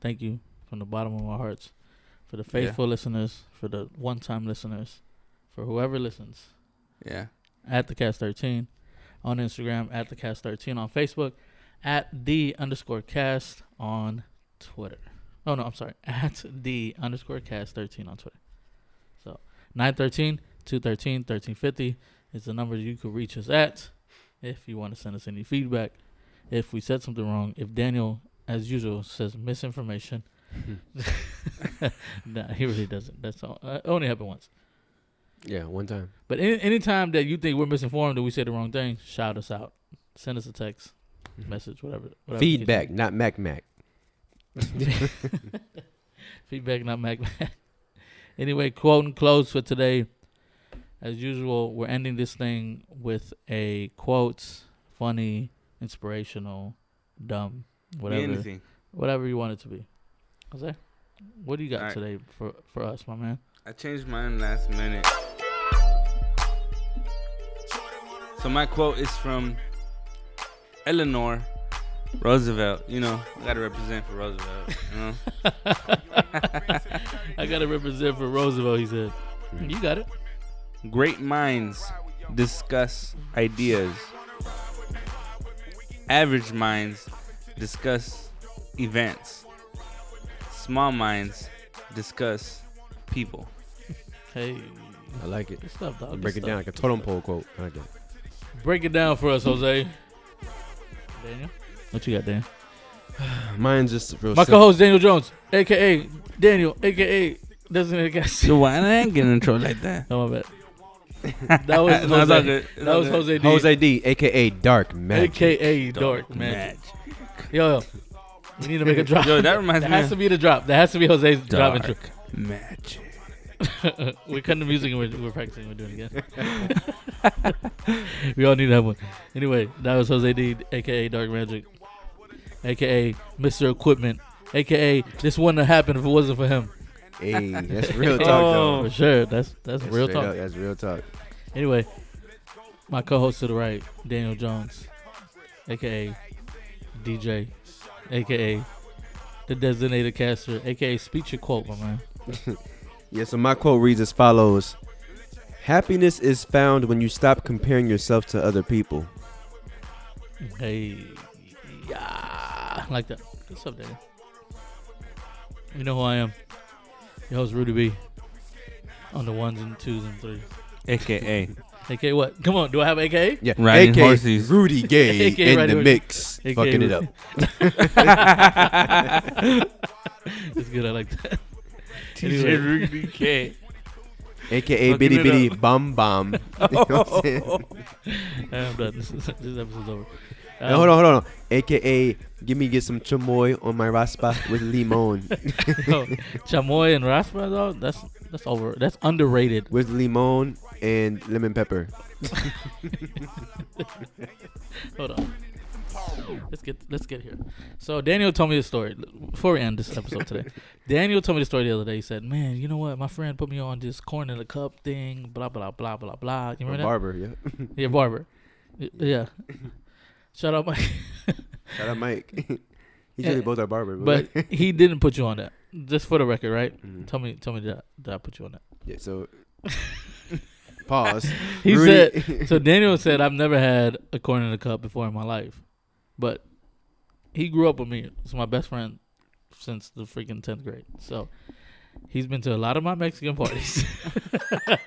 A: thank you from the bottom of our hearts for the faithful listeners, for the one-time listeners, for whoever listens
B: Yeah.
A: at the cast 13 on Instagram, at the cast 13 on Facebook, at the underscore cast on Twitter. Oh, no, I'm sorry. At the underscore cast 13 on Twitter. So 913 213 1350 is the number you could reach us at if you want to send us any feedback. If we said something wrong, if Daniel, as usual, says misinformation, nah, he really doesn't. That's all. Uh, it only happened once.
C: Yeah, one time.
A: But any anytime that you think we're misinformed or we say the wrong thing, shout us out. Send us a text, message, whatever. whatever the case may
C: Feedback, not Mac Mac.
A: Feedback, not Mac. anyway, quote and close for today. As usual, we're ending this thing with a quote, funny, inspirational, dumb, whatever,
B: Anything.
A: whatever you want it to be. Jose, what do you got
B: All right.
A: today for for us, my man?
B: I changed mine last minute. So my quote is from Eleanor Roosevelt. You know, I gotta represent for Roosevelt. You know,
A: I gotta represent for Roosevelt. He said, "You got it."
B: great minds discuss ideas. Average minds discuss events. Small minds discuss people.
A: Hey,
C: I like it.
A: good stuff, dog. Good
C: Break it
A: stuff.
C: down like a totem pole quote. I like it.
A: Break it down for us, Jose. Daniel, what you got, Dan?
C: Mine's just real
A: My
C: simple.
A: co-host Daniel Jones, aka Daniel, aka designated guest.
B: So why did I get in trouble like that?
A: No, Oh, my bad. That was
B: No, it's all
A: Jose.
B: good. It's
A: That
B: all
A: was
B: good.
A: Jose D.
C: Jose D, aka Dark Magic.
A: aka Dark Man. Yo, yo, we need to make a drop.
B: Yo, that reminds
A: That
B: me
A: has
B: of-
A: to be the drop. That has to be Jose's drop intro.
B: Dark magic.
A: we're cutting the music and we're, we're practicing. We're doing it again. we all need to have one. Anyway, that was Jose D, aka Dark Magic, aka Mr. Equipment, aka this wouldn't have happened if it wasn't for him.
C: Hey, that's real talk,
A: For
C: though.
A: sure. That's that's,
C: That's
A: real
C: straight
A: talk.
C: up, that's real talk.
A: Anyway, my co-host to the right, Daniel Jones, aka DJ, aka the designated caster, aka speech your quote, my man.
C: Yeah, so my quote reads as follows Happiness is found when you stop comparing yourself to other people.
A: Hey, yeah, like that. What's up, Daniel? You know who I am. Your host Rudy B. On the ones and twos and threes.
B: AKA.
A: AK what? Come on, do I have AK?
C: Yeah,
B: Riding
C: aka
B: horses.
C: Rudy Gay
A: AKA
C: in
A: riding
C: the
A: horses.
C: mix,
A: AKA
C: fucking it up.
A: Rudy. It's good. I like that. Anyway.
B: Rudy K.
C: AKA
B: Fucking
C: Bitty
B: it
C: Bitty
B: up.
C: Bum Bum. You know what I'm saying?
A: I'm done. This, is- this episode's over.
C: No, hold on, hold on. AKA Give me get some chamoy on my raspa with limon.
A: Yo, Um, oh, chamoy and raspa though, that's that's over. That's underrated.
C: with limon and lemon pepper.
A: Hold on. Let's get let's get here. So Daniel told me this story before we end this episode today. Daniel told me the story the other day. He said, "Man, you know what? My friend put me on this corn in the cup thing. Blah blah blah blah blah. You remember that?
C: Barber, yeah.
A: Yeah, barber. Y- Yeah. Shout out Mike.
C: Shout out Mike. He's
A: Yeah.
C: really both our barber.
A: But he didn't put you on that. Just for the record, right?
C: Mhm.
A: Tell me, tell me that, that I put you on that.
C: Yeah, so pause.
A: He
C: Rudy-
A: said. So Daniel said, "I've never had a corn in a cup before in my life, but he grew up with me. It's my best friend since the freaking tenth grade. So he's been to a lot of my Mexican parties,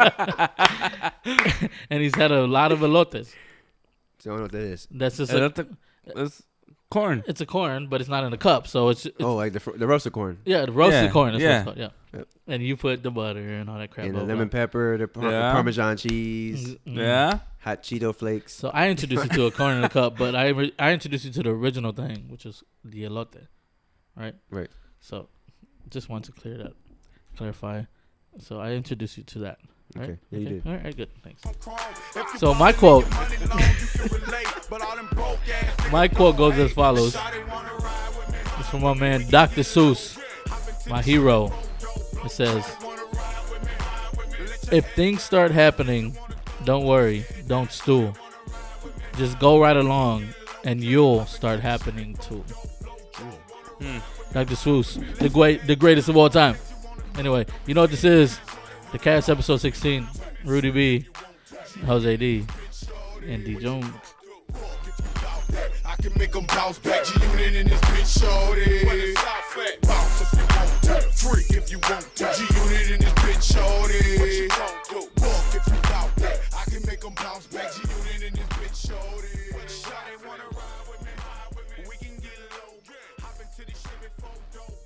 A: and he's had a lot of elotes.
C: So I don't know what that is.
A: That's just
B: That's
A: like,
B: the, that's corn.
A: It's a corn, but it's not in a cup, so it's, it's
C: Oh, like the fr- the roasted corn
A: yeah, the roasted
B: Yeah,
A: corn. That's yeah.
B: yeah.
A: What it's called, yeah. And you put the butter and all that crap.
C: and
A: blah,
C: the
A: blah.
C: lemon pepper, the, par-
B: Yeah.
C: the Parmesan cheese,
A: Mm.
B: Yeah.
C: hot Cheeto flakes.
A: So I introduced you to a corn in a cup, but I re- I introduced you to the original thing, which is the elote, right?
C: Right.
A: So just want to clear that, clarify. So I introduced you to that. Right?
C: Okay, yeah, you did.
A: All right, good. Thanks. So my quote, my quote goes as follows. It's from my man Dr. Seuss, my hero. It says, "If things start happening, don't worry, don't stool. Just go right along, and you'll start happening too." Dr. Seuss, the great, the greatest of all time. Anyway, you know what this is? The cast episode 16. Rudy B, Jose D, and D Jones.
I: I can make them bounce back. G-Unit in this bitch, shorty. Bounce if you want to. Freak if you want to. G-Unit in this bitch, shorty. What you gon' do? Walk if you doubt that. I can make them bounce back. G-Unit in this bitch, shorty. Shawty wanna ride with me, ride with me. We can get low. Hop into this shit before dope.